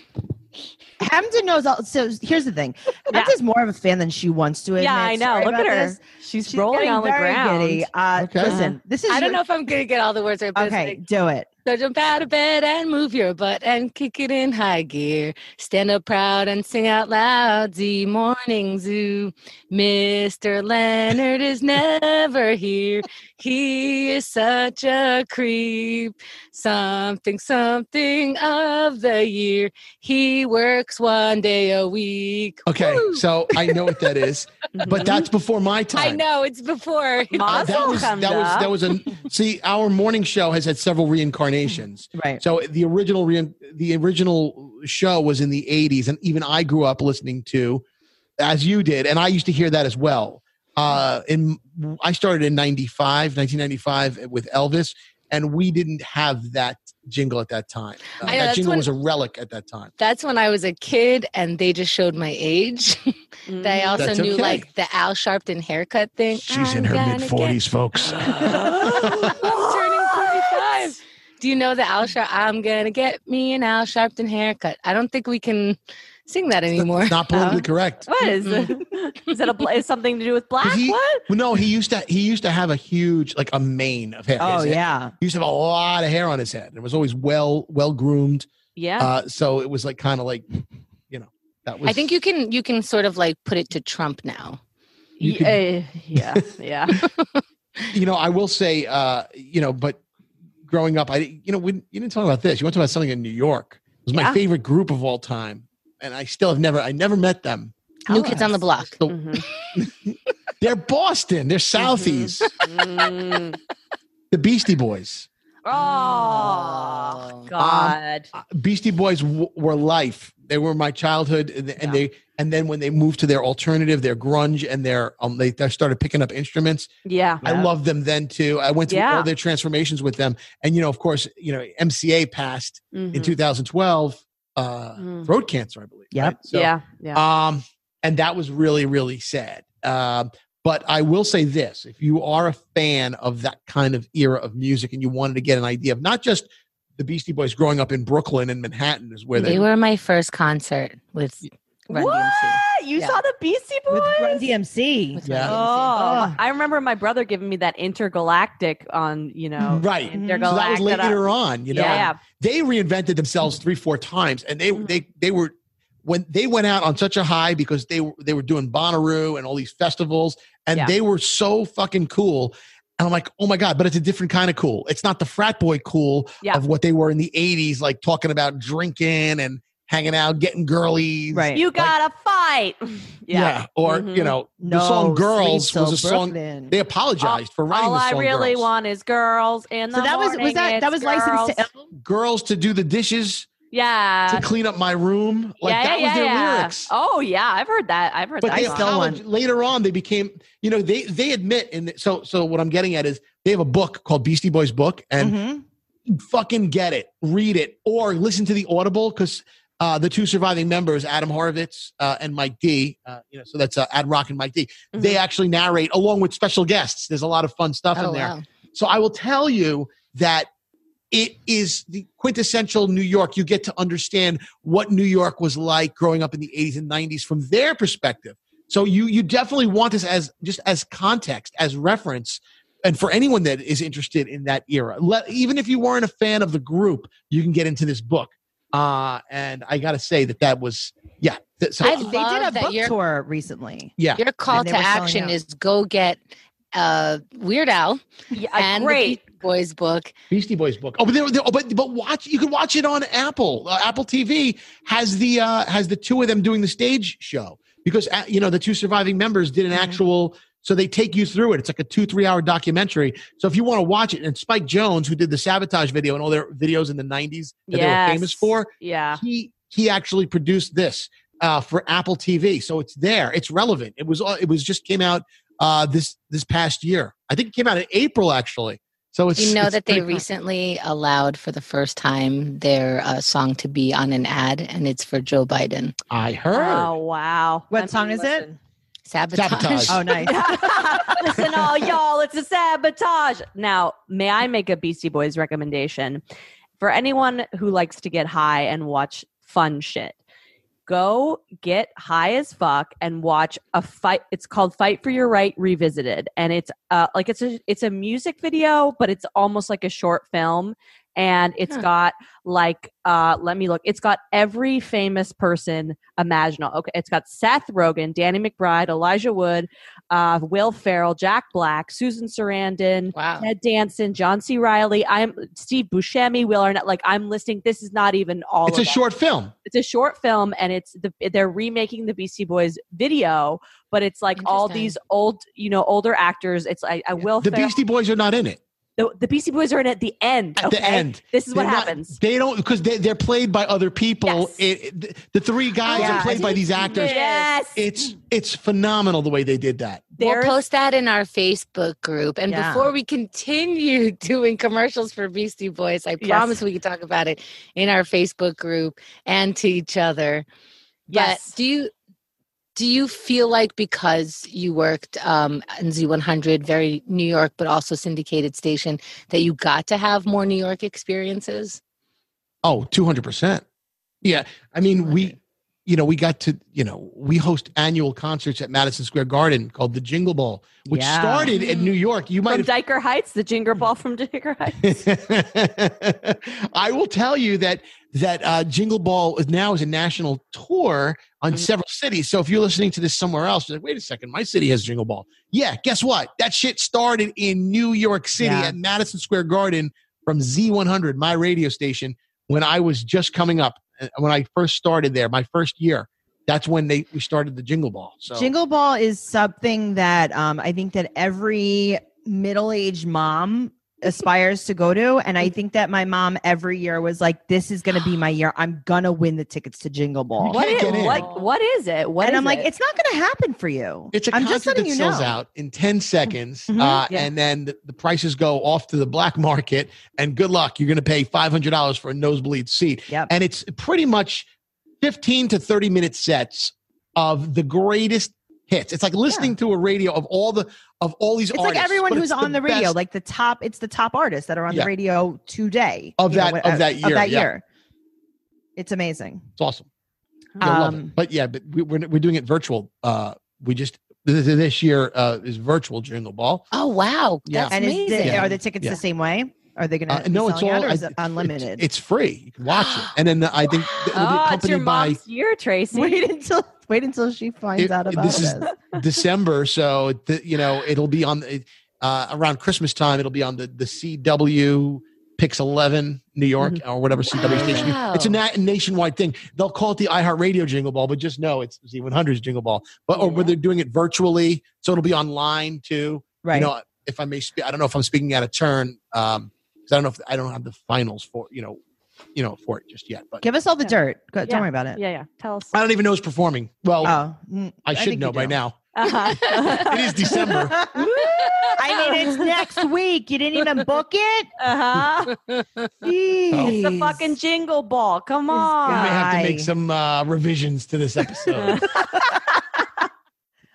[SPEAKER 2] hamza knows all so here's the thing
[SPEAKER 3] Yeah.
[SPEAKER 2] hamza's more of a fan than she wants to admit
[SPEAKER 3] yeah, I know.
[SPEAKER 2] Sorry
[SPEAKER 3] Look
[SPEAKER 2] about
[SPEAKER 3] at her.
[SPEAKER 2] this.
[SPEAKER 3] She's,
[SPEAKER 2] she's
[SPEAKER 3] rolling
[SPEAKER 2] getting
[SPEAKER 3] on the
[SPEAKER 2] very
[SPEAKER 3] ground.
[SPEAKER 2] giddy. uh
[SPEAKER 5] Okay.
[SPEAKER 2] listen this is
[SPEAKER 4] I don't
[SPEAKER 2] your-
[SPEAKER 4] know if I'm gonna get all the words right. But it's
[SPEAKER 2] okay
[SPEAKER 4] like,
[SPEAKER 2] do it
[SPEAKER 4] So jump out of bed and move your butt and kick it in high gear. Stand up proud and sing out loud. Z morning zoo. Mr. Leonard is never here. He is such a creep. Something, something of the year. He works one day a week.
[SPEAKER 5] Okay,
[SPEAKER 4] Woo!
[SPEAKER 5] so I know what that is, but that's before my time.
[SPEAKER 4] Mm-hmm. I know it's before.
[SPEAKER 5] Uh,
[SPEAKER 3] Mazel
[SPEAKER 5] that was that
[SPEAKER 3] comes
[SPEAKER 5] was
[SPEAKER 3] up.
[SPEAKER 5] that was a see. Our morning show has had several reincarnations.
[SPEAKER 2] right
[SPEAKER 5] So the original re- the original show was in the 80s and even I grew up listening to as you did and I used to hear that as well. Uh in I started in 95 1995 with Elvis and we didn't have that jingle at that time.
[SPEAKER 4] I
[SPEAKER 5] Uh,
[SPEAKER 4] know,
[SPEAKER 5] that
[SPEAKER 4] that's
[SPEAKER 5] jingle
[SPEAKER 4] when-
[SPEAKER 5] was a relic at that time.
[SPEAKER 4] That's when I was a kid and they just showed my age.
[SPEAKER 3] Mm-hmm.
[SPEAKER 4] they also
[SPEAKER 5] That's
[SPEAKER 4] knew
[SPEAKER 5] okay.
[SPEAKER 4] like the Al Sharpton haircut thing. I'm gonna get-
[SPEAKER 5] folks.
[SPEAKER 4] I'm turning 45. Do you know the Al Sharp? I'm gonna get me an Al Sharpton haircut. I don't think we can sing that anymore.
[SPEAKER 5] Not politically correct.
[SPEAKER 3] What is it? Is it a bla- is something to do with black?
[SPEAKER 5] Mm-hmm. he-
[SPEAKER 3] what?
[SPEAKER 5] Well, no, he used to he used to have a huge like a mane of hair.
[SPEAKER 2] Oh
[SPEAKER 5] His head-
[SPEAKER 2] yeah.
[SPEAKER 5] he used to have a lot of hair on his head. It was always well well groomed.
[SPEAKER 3] Yeah.
[SPEAKER 5] Uh, so it was like kind of like, you know, that was.
[SPEAKER 4] Oh. I think you can you can sort of like put it to Trump now.
[SPEAKER 5] you
[SPEAKER 3] Y-
[SPEAKER 5] could-
[SPEAKER 3] eh, yeah. Yeah.
[SPEAKER 5] you know, I will say, uh, you know, but growing up, I, you know, when you didn't talk about this, you want to talk about something in New York. It was my
[SPEAKER 3] Yeah.
[SPEAKER 5] favorite group of all time, and I still have never, I never met them.
[SPEAKER 3] Oh.
[SPEAKER 4] New Kids on the Block.
[SPEAKER 5] So
[SPEAKER 3] Mhm.
[SPEAKER 5] they're Boston, they're
[SPEAKER 4] Mhm.
[SPEAKER 5] Southies,
[SPEAKER 3] Mm.
[SPEAKER 5] the Beastie Boys.
[SPEAKER 3] Oh
[SPEAKER 4] Oh.
[SPEAKER 3] God.
[SPEAKER 5] Uh, Beastie Boys w- were life. They were my childhood, and, and they, and then when they moved to their alternative, their grunge, and their, um, they, they started picking up instruments.
[SPEAKER 3] yeah.
[SPEAKER 5] I loved them then too. I went through
[SPEAKER 3] Yeah.
[SPEAKER 5] all their transformations with them, and you know, of course, you know, MCA passed. in
[SPEAKER 3] Mhm.
[SPEAKER 5] 2012 uh
[SPEAKER 3] Mm.
[SPEAKER 5] throat cancer i believe
[SPEAKER 2] Yep.
[SPEAKER 5] So,
[SPEAKER 3] yeah. Yeah.
[SPEAKER 5] um and that was really really sad um but i will say this if you are a fan of that kind of era of music and you wanted to get an idea of not just the beastie boys growing up in brooklyn and manhattan is where
[SPEAKER 4] They
[SPEAKER 5] they,
[SPEAKER 4] were my first concert with Run
[SPEAKER 3] what?
[SPEAKER 4] DMC.
[SPEAKER 3] You
[SPEAKER 4] Yeah.
[SPEAKER 3] saw the Beastie Boys?
[SPEAKER 2] With Run DMC.
[SPEAKER 4] With
[SPEAKER 5] Yeah.
[SPEAKER 4] Run DMC.
[SPEAKER 3] Oh,
[SPEAKER 2] Ugh.
[SPEAKER 3] I remember my brother giving me that intergalactic on, you know,
[SPEAKER 5] right
[SPEAKER 2] Mhm.
[SPEAKER 5] so that was
[SPEAKER 3] intergalactic.
[SPEAKER 5] later on you know
[SPEAKER 3] yeah, yeah.
[SPEAKER 5] they reinvented themselves
[SPEAKER 3] Mm-hmm.
[SPEAKER 5] three four times and they
[SPEAKER 3] Mhm.
[SPEAKER 5] they they were when they went out on such a high because they were they were doing Bonnaroo and all these festivals and
[SPEAKER 3] Yeah.
[SPEAKER 5] they were so fucking cool and I'm like oh my god but it's a different kind of cool it's not the frat boy cool
[SPEAKER 3] Yeah.
[SPEAKER 5] of what they were in the 80s like talking about drinking and hanging out getting girly
[SPEAKER 2] Right.
[SPEAKER 3] You gotta fight.
[SPEAKER 5] yeah,
[SPEAKER 3] yeah.
[SPEAKER 5] or
[SPEAKER 3] Mhm.
[SPEAKER 5] you know the song
[SPEAKER 2] Sweet
[SPEAKER 5] girls
[SPEAKER 2] Soul
[SPEAKER 5] was a song
[SPEAKER 2] Brooklyn.
[SPEAKER 5] they apologized for writing
[SPEAKER 3] All
[SPEAKER 5] the
[SPEAKER 3] I
[SPEAKER 5] song
[SPEAKER 3] really
[SPEAKER 5] girls.
[SPEAKER 3] want is girls in the
[SPEAKER 2] so that was was
[SPEAKER 3] morning,
[SPEAKER 2] that that was
[SPEAKER 3] it's
[SPEAKER 2] licensed to
[SPEAKER 3] girls.
[SPEAKER 5] girls to do the dishes
[SPEAKER 3] Yeah.
[SPEAKER 5] to clean up my room like
[SPEAKER 3] yeah,
[SPEAKER 5] that
[SPEAKER 3] yeah,
[SPEAKER 5] was their
[SPEAKER 3] yeah.
[SPEAKER 5] lyrics
[SPEAKER 3] Oh yeah, I've heard that. I've heard
[SPEAKER 5] but
[SPEAKER 3] that.
[SPEAKER 5] they
[SPEAKER 2] I
[SPEAKER 3] song.
[SPEAKER 2] still want-
[SPEAKER 5] apolog- later on they became you know they they admit and so so what i'm getting at is they have a book called beastie boys book and
[SPEAKER 2] Mhm.
[SPEAKER 5] fucking get it read it or listen to the audible because uh, the two surviving members adam horowitz uh, and mike d uh, you know so that's uh, ad rock and mike d they actually narrate along with special guests there's a lot of fun stuff
[SPEAKER 4] Oh,
[SPEAKER 5] in there
[SPEAKER 4] wow.
[SPEAKER 5] so I will tell you that it is the quintessential New York. You get to understand what New York was like growing up in the 80s and 90s from their perspective. So you you definitely want this as just as context, as reference. And for anyone that is interested in that era, let, even if you weren't a fan of the group, you can get into this book. Uh, and I got to say that that was, yeah. Th- so,
[SPEAKER 4] I
[SPEAKER 2] They did a
[SPEAKER 4] love that
[SPEAKER 2] book
[SPEAKER 4] you're-
[SPEAKER 2] tour recently.
[SPEAKER 5] yeah.
[SPEAKER 4] Your call
[SPEAKER 2] And they
[SPEAKER 4] to
[SPEAKER 2] were selling
[SPEAKER 4] action
[SPEAKER 2] out.
[SPEAKER 4] is go get uh, Weird Al
[SPEAKER 3] Yeah,
[SPEAKER 4] and
[SPEAKER 3] great.
[SPEAKER 4] the Beastie Boys book.
[SPEAKER 5] Beastie Boys book. Oh, but they, they, oh, but but watch. You can watch it on Apple. Uh, Apple TV has the uh, has the two of them doing the stage show because uh, you know the two surviving members did an
[SPEAKER 4] Mm-hmm.
[SPEAKER 5] actual. So they take you through it. It's like a two three hour documentary. So if you want to watch it, and Spike Jones, who did the sabotage video and all their videos in the '90s that they were famous
[SPEAKER 3] Yes.
[SPEAKER 5] for,
[SPEAKER 3] Yeah.
[SPEAKER 5] he he actually produced this uh, for Apple TV, so it's there. It's relevant. It was all- it was just came out uh, this this past year. I think it came out in April actually. So it's
[SPEAKER 4] Do you know
[SPEAKER 5] it's
[SPEAKER 4] that they
[SPEAKER 5] pretty-
[SPEAKER 4] recently allowed for the first time their uh, song to be on an ad, and it's for Joe Biden.
[SPEAKER 5] I heard.
[SPEAKER 3] Oh wow.
[SPEAKER 2] What song is it?
[SPEAKER 4] Sabotage.
[SPEAKER 5] Sabotage.
[SPEAKER 2] Oh, nice.
[SPEAKER 3] it? Listen, all y'all, it's a sabotage. Now, may I make a Beastie Boys recommendation for anyone who likes to get high and watch fun shit? Go get high as fuck and watch a fight. It's called "Fight for Your Right" revisited, and it's uh, like it's a it's a music video, but it's almost like a short film, and it's
[SPEAKER 4] Huh.
[SPEAKER 3] got like uh, let me look. It's got every famous person imaginal. Okay, it's got Seth Rogen, Danny McBride, Elijah Wood, uh, Will Farrell, Jack Black, Susan Sarandon,
[SPEAKER 4] Wow.
[SPEAKER 3] Ted Danson, John C. Riley. I'm Steve Buscemi, Will Arnett. Like I'm listing. This is not even all.
[SPEAKER 5] It's a
[SPEAKER 3] of them.
[SPEAKER 5] short film.
[SPEAKER 3] It's a short film, and it's the they're remaking the Beastie Boys video, but it's like all
[SPEAKER 4] Interesting.
[SPEAKER 3] these old, you know, older actors. It's I, I Will
[SPEAKER 5] the
[SPEAKER 3] Ferrell.
[SPEAKER 5] Beastie Boys are not in it.
[SPEAKER 3] The, the Beastie Boys are in at the end.
[SPEAKER 5] At the
[SPEAKER 3] okay?
[SPEAKER 5] end.
[SPEAKER 3] This is what
[SPEAKER 5] They're not-
[SPEAKER 3] happens.
[SPEAKER 5] They don't because they, they're played by other people.
[SPEAKER 3] Yes.
[SPEAKER 5] It, it- the, the three guys
[SPEAKER 2] Yeah.
[SPEAKER 5] are played by these actors.
[SPEAKER 3] Yes.
[SPEAKER 5] It's it's phenomenal the way they did that.
[SPEAKER 3] There's-
[SPEAKER 4] we'll post that in our Facebook group. And
[SPEAKER 2] Yeah.
[SPEAKER 4] before we continue doing commercials for Beastie Boys, I
[SPEAKER 3] Yes.
[SPEAKER 4] promise we can talk about it in our Facebook group and to each other.
[SPEAKER 3] yes.
[SPEAKER 4] But do you do you feel like because you worked um, in Z100, very New York, but also syndicated station, that you got to have more New York experiences?
[SPEAKER 5] Oh, 200%. Yeah. I mean, we, you know, we got to, you know, we host annual concerts at Madison Square Garden called the Jingle Ball, which
[SPEAKER 2] Yeah.
[SPEAKER 5] started in New York. You might
[SPEAKER 3] from
[SPEAKER 5] have
[SPEAKER 3] Diker Heights, the Jinger Ball from Diker Heights.
[SPEAKER 5] I will tell you that that uh, Jingle Ball is now is a national tour on
[SPEAKER 3] Mhm.
[SPEAKER 5] several cities. So if you're listening to this somewhere else, you're like, wait a second, my city has Jingle Ball. Yeah, guess what? That shit started in New York City
[SPEAKER 2] Yeah.
[SPEAKER 5] at Madison Square Garden from Z100, my radio station, when I was just coming up, uh, when I first started there, my first year. That's when they we started the Jingle Ball. So
[SPEAKER 2] Jingle ball is something that um, I think that every middle-aged mom aspires to go to, and I think that my mom every year was like, "This is going to be my year. I'm going to win the tickets to Jingle Ball."
[SPEAKER 3] What
[SPEAKER 5] Can't
[SPEAKER 3] is,
[SPEAKER 5] get in.
[SPEAKER 3] what, what is it? What
[SPEAKER 2] and
[SPEAKER 3] is
[SPEAKER 2] I'm like,
[SPEAKER 3] it?
[SPEAKER 2] "It's not going to happen for you.
[SPEAKER 5] It's a
[SPEAKER 2] I'm
[SPEAKER 5] concert
[SPEAKER 2] just letting
[SPEAKER 5] that
[SPEAKER 2] you know."
[SPEAKER 5] sells out in 10 seconds.
[SPEAKER 2] Mhm.
[SPEAKER 5] uh,
[SPEAKER 3] Yeah.
[SPEAKER 5] And then the, the prices go off to the black market. And good luck. You're going to pay $500 for a nosebleed seat.
[SPEAKER 2] Yep.
[SPEAKER 5] And it's pretty much 15 to 30 minute sets of the greatest hits. It's like listening to a radio of all the of all these
[SPEAKER 2] It's
[SPEAKER 5] artists.
[SPEAKER 2] like everyone
[SPEAKER 5] but
[SPEAKER 2] who's
[SPEAKER 5] it's
[SPEAKER 2] on the radio,
[SPEAKER 5] best
[SPEAKER 2] like the top. It's the top artists that are on
[SPEAKER 5] Yeah.
[SPEAKER 2] the radio today
[SPEAKER 5] Of
[SPEAKER 2] you know,
[SPEAKER 5] that-
[SPEAKER 2] what- uh,
[SPEAKER 5] of that year,
[SPEAKER 2] Of that
[SPEAKER 5] yeah.
[SPEAKER 2] year, it's amazing.
[SPEAKER 5] It's awesome. Yeah, I love it.
[SPEAKER 2] Um,
[SPEAKER 5] But yeah, but we, we're, we're doing it virtual. Uh, we just this, this year uh, is virtual Jingle Ball.
[SPEAKER 4] Oh wow,
[SPEAKER 5] Yeah.
[SPEAKER 4] that's
[SPEAKER 2] and is
[SPEAKER 4] amazing!
[SPEAKER 2] the,
[SPEAKER 5] Yeah.
[SPEAKER 2] are the tickets
[SPEAKER 5] Yeah.
[SPEAKER 2] the same way? Are they going
[SPEAKER 5] Uh,
[SPEAKER 2] to
[SPEAKER 5] no, it's all
[SPEAKER 2] out or is
[SPEAKER 5] I-
[SPEAKER 2] it unlimited?
[SPEAKER 5] It's, it's free. You can watch it. And then the, I think it will be
[SPEAKER 3] oh, it's your
[SPEAKER 5] accompanied by
[SPEAKER 3] mom's year, Tracy.
[SPEAKER 2] wait until wait until she finds
[SPEAKER 5] It-
[SPEAKER 2] out
[SPEAKER 5] this
[SPEAKER 2] about this.
[SPEAKER 5] is- December. So the, you know it'll be on the, uh, around Christmas time. It'll be on the the CW Pix Eleven New York
[SPEAKER 3] Mm-hmm.
[SPEAKER 5] or whatever CW station. you- It's a na- nationwide thing. They'll call it the iHeartRadio Jingle Ball, but just know it's Z100's Jingle Ball. But or
[SPEAKER 3] Yeah.
[SPEAKER 5] where they're doing it virtually, so it'll be online too.
[SPEAKER 2] right.
[SPEAKER 5] You know, if I may, spe- I don't know if I'm speaking out of turn. Um, 'cause I don't know if I don't have the finals for you know, you know for it just yet. But
[SPEAKER 2] Give us all the
[SPEAKER 3] Yeah.
[SPEAKER 2] dirt. Go,
[SPEAKER 3] Yeah.
[SPEAKER 2] Don't worry about it.
[SPEAKER 3] Yeah, yeah. Tell us.
[SPEAKER 5] I don't even know who's performing. Well,
[SPEAKER 2] Oh, mm,
[SPEAKER 5] I should
[SPEAKER 2] think
[SPEAKER 5] know
[SPEAKER 2] you
[SPEAKER 5] by
[SPEAKER 2] do.
[SPEAKER 5] now.
[SPEAKER 3] Uh-huh.
[SPEAKER 5] It is December.
[SPEAKER 2] I mean, it's next week. You didn't even book it.
[SPEAKER 3] uh-huh.
[SPEAKER 5] Oh.
[SPEAKER 3] It's the
[SPEAKER 2] Jeez.
[SPEAKER 3] fucking jingle ball. Come
[SPEAKER 2] This
[SPEAKER 5] We may
[SPEAKER 3] on.
[SPEAKER 2] guy.
[SPEAKER 5] have to
[SPEAKER 2] Aye.
[SPEAKER 5] make some uh, revisions to this episode.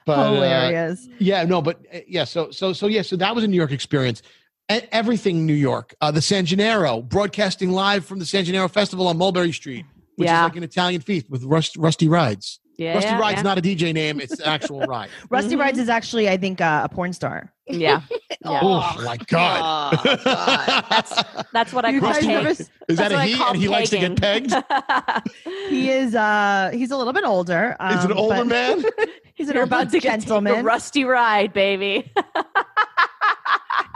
[SPEAKER 5] but, uh,
[SPEAKER 2] hilarious.
[SPEAKER 5] yeah, no, but uh, yeah, so so so yeah, so that was a New York experience. E- everything New York, uh, the San Gennaro, broadcasting live from the San Gennaro Festival on Mulberry Street, which
[SPEAKER 3] Yeah.
[SPEAKER 5] is like an Italian feast with rust, Rusty Rides.
[SPEAKER 3] Yeah,
[SPEAKER 5] rusty
[SPEAKER 3] yeah,
[SPEAKER 5] Rides not a DJ name; it's an actual ride.
[SPEAKER 2] Rusty
[SPEAKER 3] Mhm.
[SPEAKER 2] Rides is actually, I think, uh, a porn star.
[SPEAKER 3] yeah. Yeah.
[SPEAKER 5] Oh, my god!
[SPEAKER 4] Oh, God.
[SPEAKER 3] That's what I
[SPEAKER 2] You
[SPEAKER 3] call
[SPEAKER 2] guys
[SPEAKER 3] peg.
[SPEAKER 2] remember s-
[SPEAKER 5] is
[SPEAKER 3] That's
[SPEAKER 5] that a
[SPEAKER 3] what I
[SPEAKER 5] he?
[SPEAKER 3] call
[SPEAKER 5] And he likes to get
[SPEAKER 3] pegging.
[SPEAKER 5] pegged.
[SPEAKER 2] he is. Uh, he's a little bit older. Um,
[SPEAKER 5] is an older
[SPEAKER 2] but
[SPEAKER 5] man?
[SPEAKER 2] He's an older
[SPEAKER 3] You're about to get to a
[SPEAKER 2] gentleman.
[SPEAKER 3] rusty ride, baby. of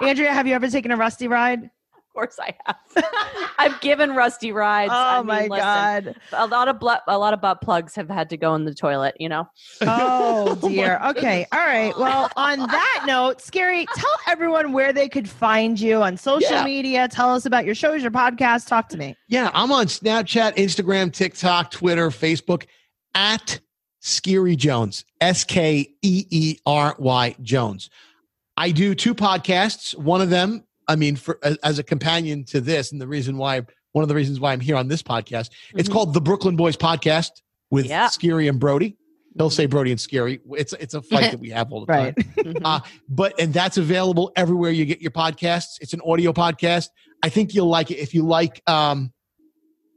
[SPEAKER 2] Andrea, have you ever taken a Rusty ride?
[SPEAKER 3] course, I have. I've given rusty rides. I
[SPEAKER 2] oh
[SPEAKER 3] mean,
[SPEAKER 2] my
[SPEAKER 3] listen,
[SPEAKER 2] god.
[SPEAKER 3] A lot of blo- a lot of butt plugs have had to go in the toilet. You know.
[SPEAKER 2] Oh
[SPEAKER 5] my
[SPEAKER 2] dear. okay. All right. Well, on that note, Scary, tell everyone where they could find you on social
[SPEAKER 5] Yeah.
[SPEAKER 2] media. Tell us about your shows, your podcast. Talk to me.
[SPEAKER 5] Yeah, I'm on Snapchat, Instagram, TikTok, Twitter, Facebook at Skeery Jones, S K E E R Y Jones. I do two podcasts. One of them, I mean, for as- as a companion to this, and the reason why one of the reasons why I'm here on this podcast, it's
[SPEAKER 3] Mhm.
[SPEAKER 5] called the Brooklyn Boys Podcast with
[SPEAKER 3] Yeah.
[SPEAKER 5] Skeery and Brody. They'll say Brody and Skeery. It's it's a fight that we have all the time
[SPEAKER 2] Right.
[SPEAKER 3] Mhm.
[SPEAKER 5] Uh, but and that's available everywhere you get your podcasts. It's an audio podcast. I think you'll like it if you like um,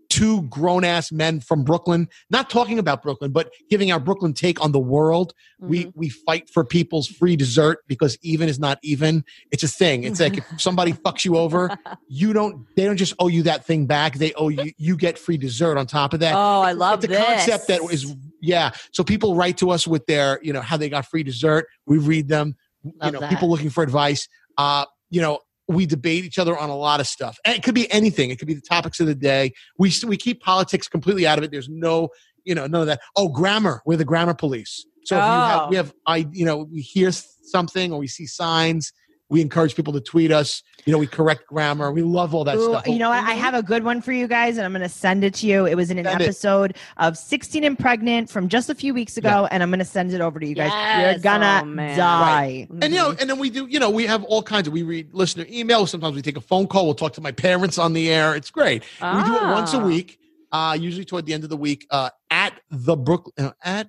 [SPEAKER 5] two grown ass men from Brooklyn, not talking about Brooklyn, but giving our Brooklyn take on the world.
[SPEAKER 3] Mm-hmm.
[SPEAKER 5] We we fight for people's free dessert because even is not even. It's a thing. It's like if somebody fucks you over, you don't. They don't just owe you that thing back. They owe you. You get free dessert on top of that
[SPEAKER 3] oh, I love
[SPEAKER 5] the
[SPEAKER 3] this.
[SPEAKER 5] concept that is yeah so people write to us with their you know how they got free dessert we read them you
[SPEAKER 4] Love
[SPEAKER 5] know
[SPEAKER 4] that.
[SPEAKER 5] people looking for advice uh you know we debate each other on a lot of stuff and it could be anything it could be the topics of the day we s- we keep politics completely out of it there's no you know none of that oh grammar we're the grammar police so if you have,
[SPEAKER 3] Oh.
[SPEAKER 5] we have i you know we hear s- something or we see signs We encourage people to tweet us. You know, we correct grammar. We love all that
[SPEAKER 2] Ooh,
[SPEAKER 5] stuff.
[SPEAKER 2] you know what? I
[SPEAKER 3] Mm-hmm.
[SPEAKER 2] have a good one for you guys, and I'm going to send it to you. It was in an
[SPEAKER 5] Send it.
[SPEAKER 2] episode of 16 and Pregnant from just a few weeks ago, and I'm going to send it over to you guys. You're
[SPEAKER 4] Yes.
[SPEAKER 2] gonna
[SPEAKER 3] Oh, man.
[SPEAKER 2] die.
[SPEAKER 5] And you know, and then we do, you know, we have all kinds of we read listener emails. Sometimes we take a phone call. We'll talk to my parents on the air. It's great. We do it once a
[SPEAKER 3] Ah.
[SPEAKER 5] week, uh, usually toward the end of the week, uh, at the Brook uh, at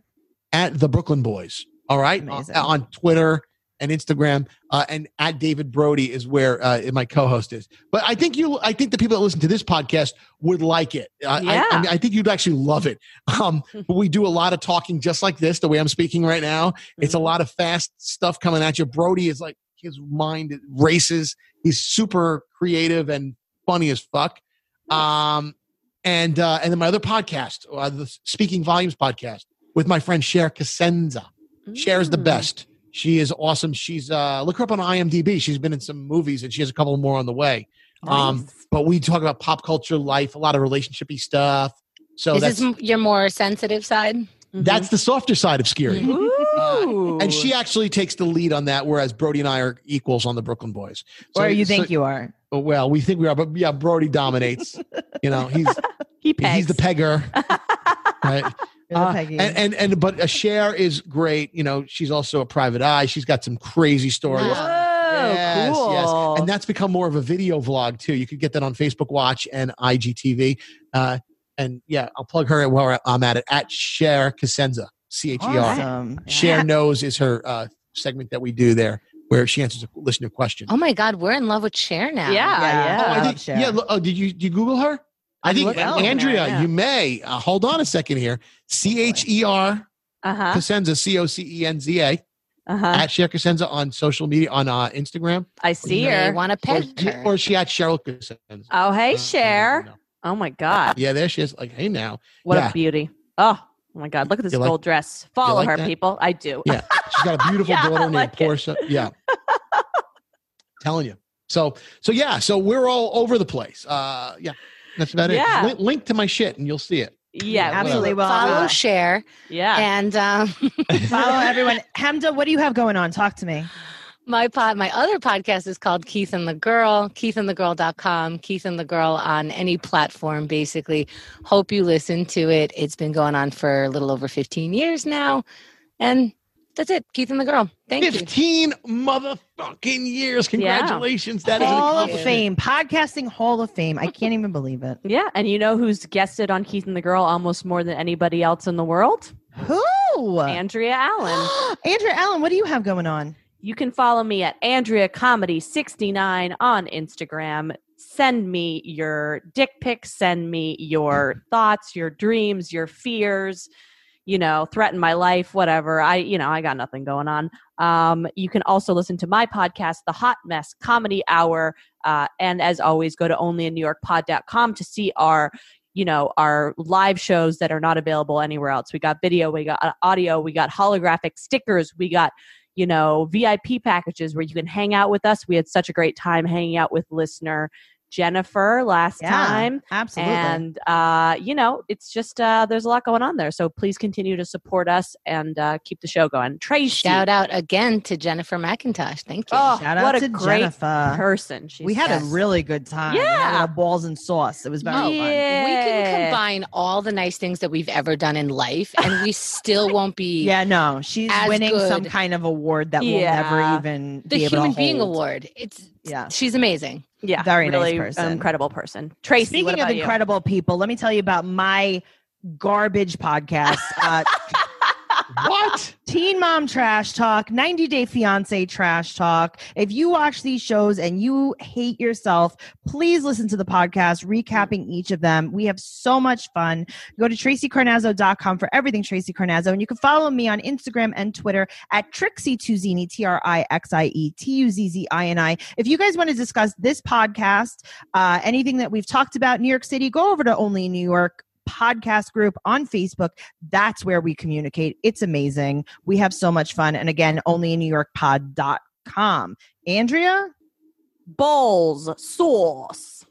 [SPEAKER 5] at the Brooklyn Boys. All right, on,
[SPEAKER 2] Amazing.
[SPEAKER 5] on Twitter and Instagram, uh, and at David Brody is where uh, my co-host is. But I think you, I think the people that listen to this podcast would like it. I,
[SPEAKER 3] Yeah.
[SPEAKER 5] I, I, mean, I think you'd actually love it. Um, but we do a lot of talking, just like this, the way I'm speaking right now. It's a
[SPEAKER 3] Mm-hmm.
[SPEAKER 5] lot of fast stuff coming at you. Brody is like his mind races. He's super creative and funny as fuck. Um, and uh, and then my other podcast, uh, the Speaking Volumes podcast, with my friend Cher Casenza. Cher is the
[SPEAKER 3] Mm.
[SPEAKER 5] best. She is awesome. She's uh, look her up on IMDb. She's been in some movies, and she has a couple more on the way. Um,
[SPEAKER 3] mm, Nice.
[SPEAKER 5] but we talk about pop culture, life, a lot of relationshipy stuff. So
[SPEAKER 4] Is
[SPEAKER 5] that's
[SPEAKER 4] this m- your more sensitive side?
[SPEAKER 3] Mhm.
[SPEAKER 5] that's the softer side of scary.
[SPEAKER 3] Mm-hmm. Ooh.
[SPEAKER 5] And she actually takes the lead on that, whereas Brody and I are equals on the Brooklyn Boys.
[SPEAKER 2] or
[SPEAKER 5] So-
[SPEAKER 2] you
[SPEAKER 5] so-
[SPEAKER 2] think you are.
[SPEAKER 5] well, we think we are, but yeah, Brody dominates. you know, he's
[SPEAKER 3] he pegs.
[SPEAKER 5] he's the pegger, right?
[SPEAKER 2] You're the
[SPEAKER 5] Uh,
[SPEAKER 2] Peggy.
[SPEAKER 5] And and and but a share is great. You know, she's also a private eye. She's got some crazy stories.
[SPEAKER 3] Whoa,
[SPEAKER 4] Wow.
[SPEAKER 5] Yes,
[SPEAKER 3] cool.
[SPEAKER 5] yes. And that's become more of a video vlog too. You could get that on Facebook Watch and IGTV. Uh, and yeah, I'll plug her while I'm at it at Share Casenza, C H E R.
[SPEAKER 2] awesome.
[SPEAKER 5] Share knows is her uh, segment that we do there, where she answers a listener question.
[SPEAKER 4] Oh my God, we're in love with Cher now.
[SPEAKER 3] yeah,
[SPEAKER 2] Yeah.
[SPEAKER 3] yeah.
[SPEAKER 5] Oh, I
[SPEAKER 2] love
[SPEAKER 5] think-
[SPEAKER 2] Cher.
[SPEAKER 5] yeah. lo- Oh, did you did you Google her? I think
[SPEAKER 3] looked
[SPEAKER 5] uh,
[SPEAKER 3] up in there,
[SPEAKER 5] Andrea,
[SPEAKER 3] yeah.
[SPEAKER 5] you may uh, hold on a second here. C H E R
[SPEAKER 3] Uh-huh.
[SPEAKER 5] Cosenza, C O C E N Z A,
[SPEAKER 3] Uh-huh.
[SPEAKER 5] at Cher Cosenza on social media on uh, Instagram,
[SPEAKER 3] I see
[SPEAKER 4] You may
[SPEAKER 3] her.
[SPEAKER 4] want to
[SPEAKER 5] or,
[SPEAKER 4] peg her.
[SPEAKER 5] or she at Cheryl Cosenza.
[SPEAKER 3] Oh, hey,
[SPEAKER 5] Uh,
[SPEAKER 3] Cher.
[SPEAKER 5] no.
[SPEAKER 3] Oh my God.
[SPEAKER 5] Yeah, there she is. Like, hey, now
[SPEAKER 3] What
[SPEAKER 5] Yeah.
[SPEAKER 3] a beauty. Oh, oh my God. Look at this
[SPEAKER 5] You like-
[SPEAKER 3] gold dress. Follow
[SPEAKER 5] like
[SPEAKER 3] her,
[SPEAKER 5] that?
[SPEAKER 3] people. I do.
[SPEAKER 5] Yeah. she's got a beautiful
[SPEAKER 3] Yeah, I
[SPEAKER 5] daughter named
[SPEAKER 3] like it.
[SPEAKER 5] Portia. Yeah, telling you. So, so yeah, so we're all over the place. Uh, yeah, that's about it.
[SPEAKER 3] Yeah.
[SPEAKER 5] Link, link to my shit, and you'll see it.
[SPEAKER 3] Yeah.
[SPEAKER 2] absolutely.
[SPEAKER 5] whatever.
[SPEAKER 2] Well,
[SPEAKER 4] Follow
[SPEAKER 2] uh,
[SPEAKER 4] Cher
[SPEAKER 3] Yeah.
[SPEAKER 4] and um,
[SPEAKER 2] follow everyone. Hamda, what do you have going on? Talk to me.
[SPEAKER 4] My pod, my other podcast is called Keith and the Girl, keithandthegirl.com, Keith and the Girl on any platform, basically. Hope you listen to it. It's been going on for a little over 15 years now. And that's it, Keith and the Girl. Thank you.
[SPEAKER 5] 15 motherfucking years.
[SPEAKER 3] Yeah.
[SPEAKER 5] Congratulations. That is an
[SPEAKER 2] Hall of
[SPEAKER 5] accomplishment.
[SPEAKER 2] Fame, podcasting Hall of Fame. I can't even believe it.
[SPEAKER 3] Yeah. And you know who's guested on Keith and the Girl almost more than anybody else in the world?
[SPEAKER 2] Who?
[SPEAKER 3] Andrea Allen.
[SPEAKER 2] Andrea Allen, what do you have going on?
[SPEAKER 3] You can follow me at Andrea Comedy 69 on Instagram. Send me your dick pics, send me your thoughts, your dreams, your fears, you know, threaten my life, whatever. I, you know, I got nothing going on. Um, you can also listen to my podcast, The Hot Mess Comedy Hour. Uh, and as always, go to onlyinnewyorkpod.com to see our you know our live shows that are not available anywhere else we got video we got uh, audio we got holographic stickers we got you know vip packages where you can hang out with us we had such a great time hanging out with listener jennifer last time
[SPEAKER 2] absolutely.
[SPEAKER 3] and uh, you know it's just uh, there's a lot going on there so please continue to support us and uh, keep the show going tracy
[SPEAKER 4] Shout out again to Jennifer McIntosh. Thank you.
[SPEAKER 3] Oh,
[SPEAKER 2] Shout out
[SPEAKER 3] what a
[SPEAKER 2] to
[SPEAKER 3] great
[SPEAKER 2] Jennifer.
[SPEAKER 3] person she's
[SPEAKER 2] we had
[SPEAKER 4] Yes.
[SPEAKER 2] a really good time. We had
[SPEAKER 3] Yeah.
[SPEAKER 2] a balls and sauce. It was very fun.
[SPEAKER 4] We can
[SPEAKER 3] Yeah.
[SPEAKER 4] combine all the nice things that we've ever done in life, and we still won't be
[SPEAKER 2] Yeah, no, she's
[SPEAKER 4] As
[SPEAKER 2] winning some
[SPEAKER 4] good.
[SPEAKER 2] kind of award that we'll
[SPEAKER 3] Yeah.
[SPEAKER 2] never even
[SPEAKER 4] the
[SPEAKER 2] be able to
[SPEAKER 4] Human Being
[SPEAKER 2] hold.
[SPEAKER 4] Award. It's
[SPEAKER 2] Yeah.
[SPEAKER 4] she's amazing.
[SPEAKER 3] yeah
[SPEAKER 2] Very nice
[SPEAKER 3] really
[SPEAKER 2] person.
[SPEAKER 3] incredible person tracy
[SPEAKER 2] Speaking
[SPEAKER 3] what
[SPEAKER 2] of
[SPEAKER 3] about you?
[SPEAKER 2] incredible people, let me tell you about my garbage podcast. Uh,
[SPEAKER 5] What?
[SPEAKER 2] Teen Mom Trash Talk, 90 Day Fiance Trash Talk. If you watch these shows and you hate yourself, please listen to the podcast recapping each of them. We have so much fun. Go to tracycarnazzo.com for everything Tracy Carnazzo. And you can follow me on Instagram and Twitter at Trixie Tuzini, T R I X I E T U Z Z I N I. If you guys want to discuss this podcast, uh, anything that we've talked about in New York City, go over to Only in New York podcast group on Facebook. That's where we communicate. It's amazing. We have so much fun. And again, only in New York pod.com. Andrea?
[SPEAKER 3] bowls sauce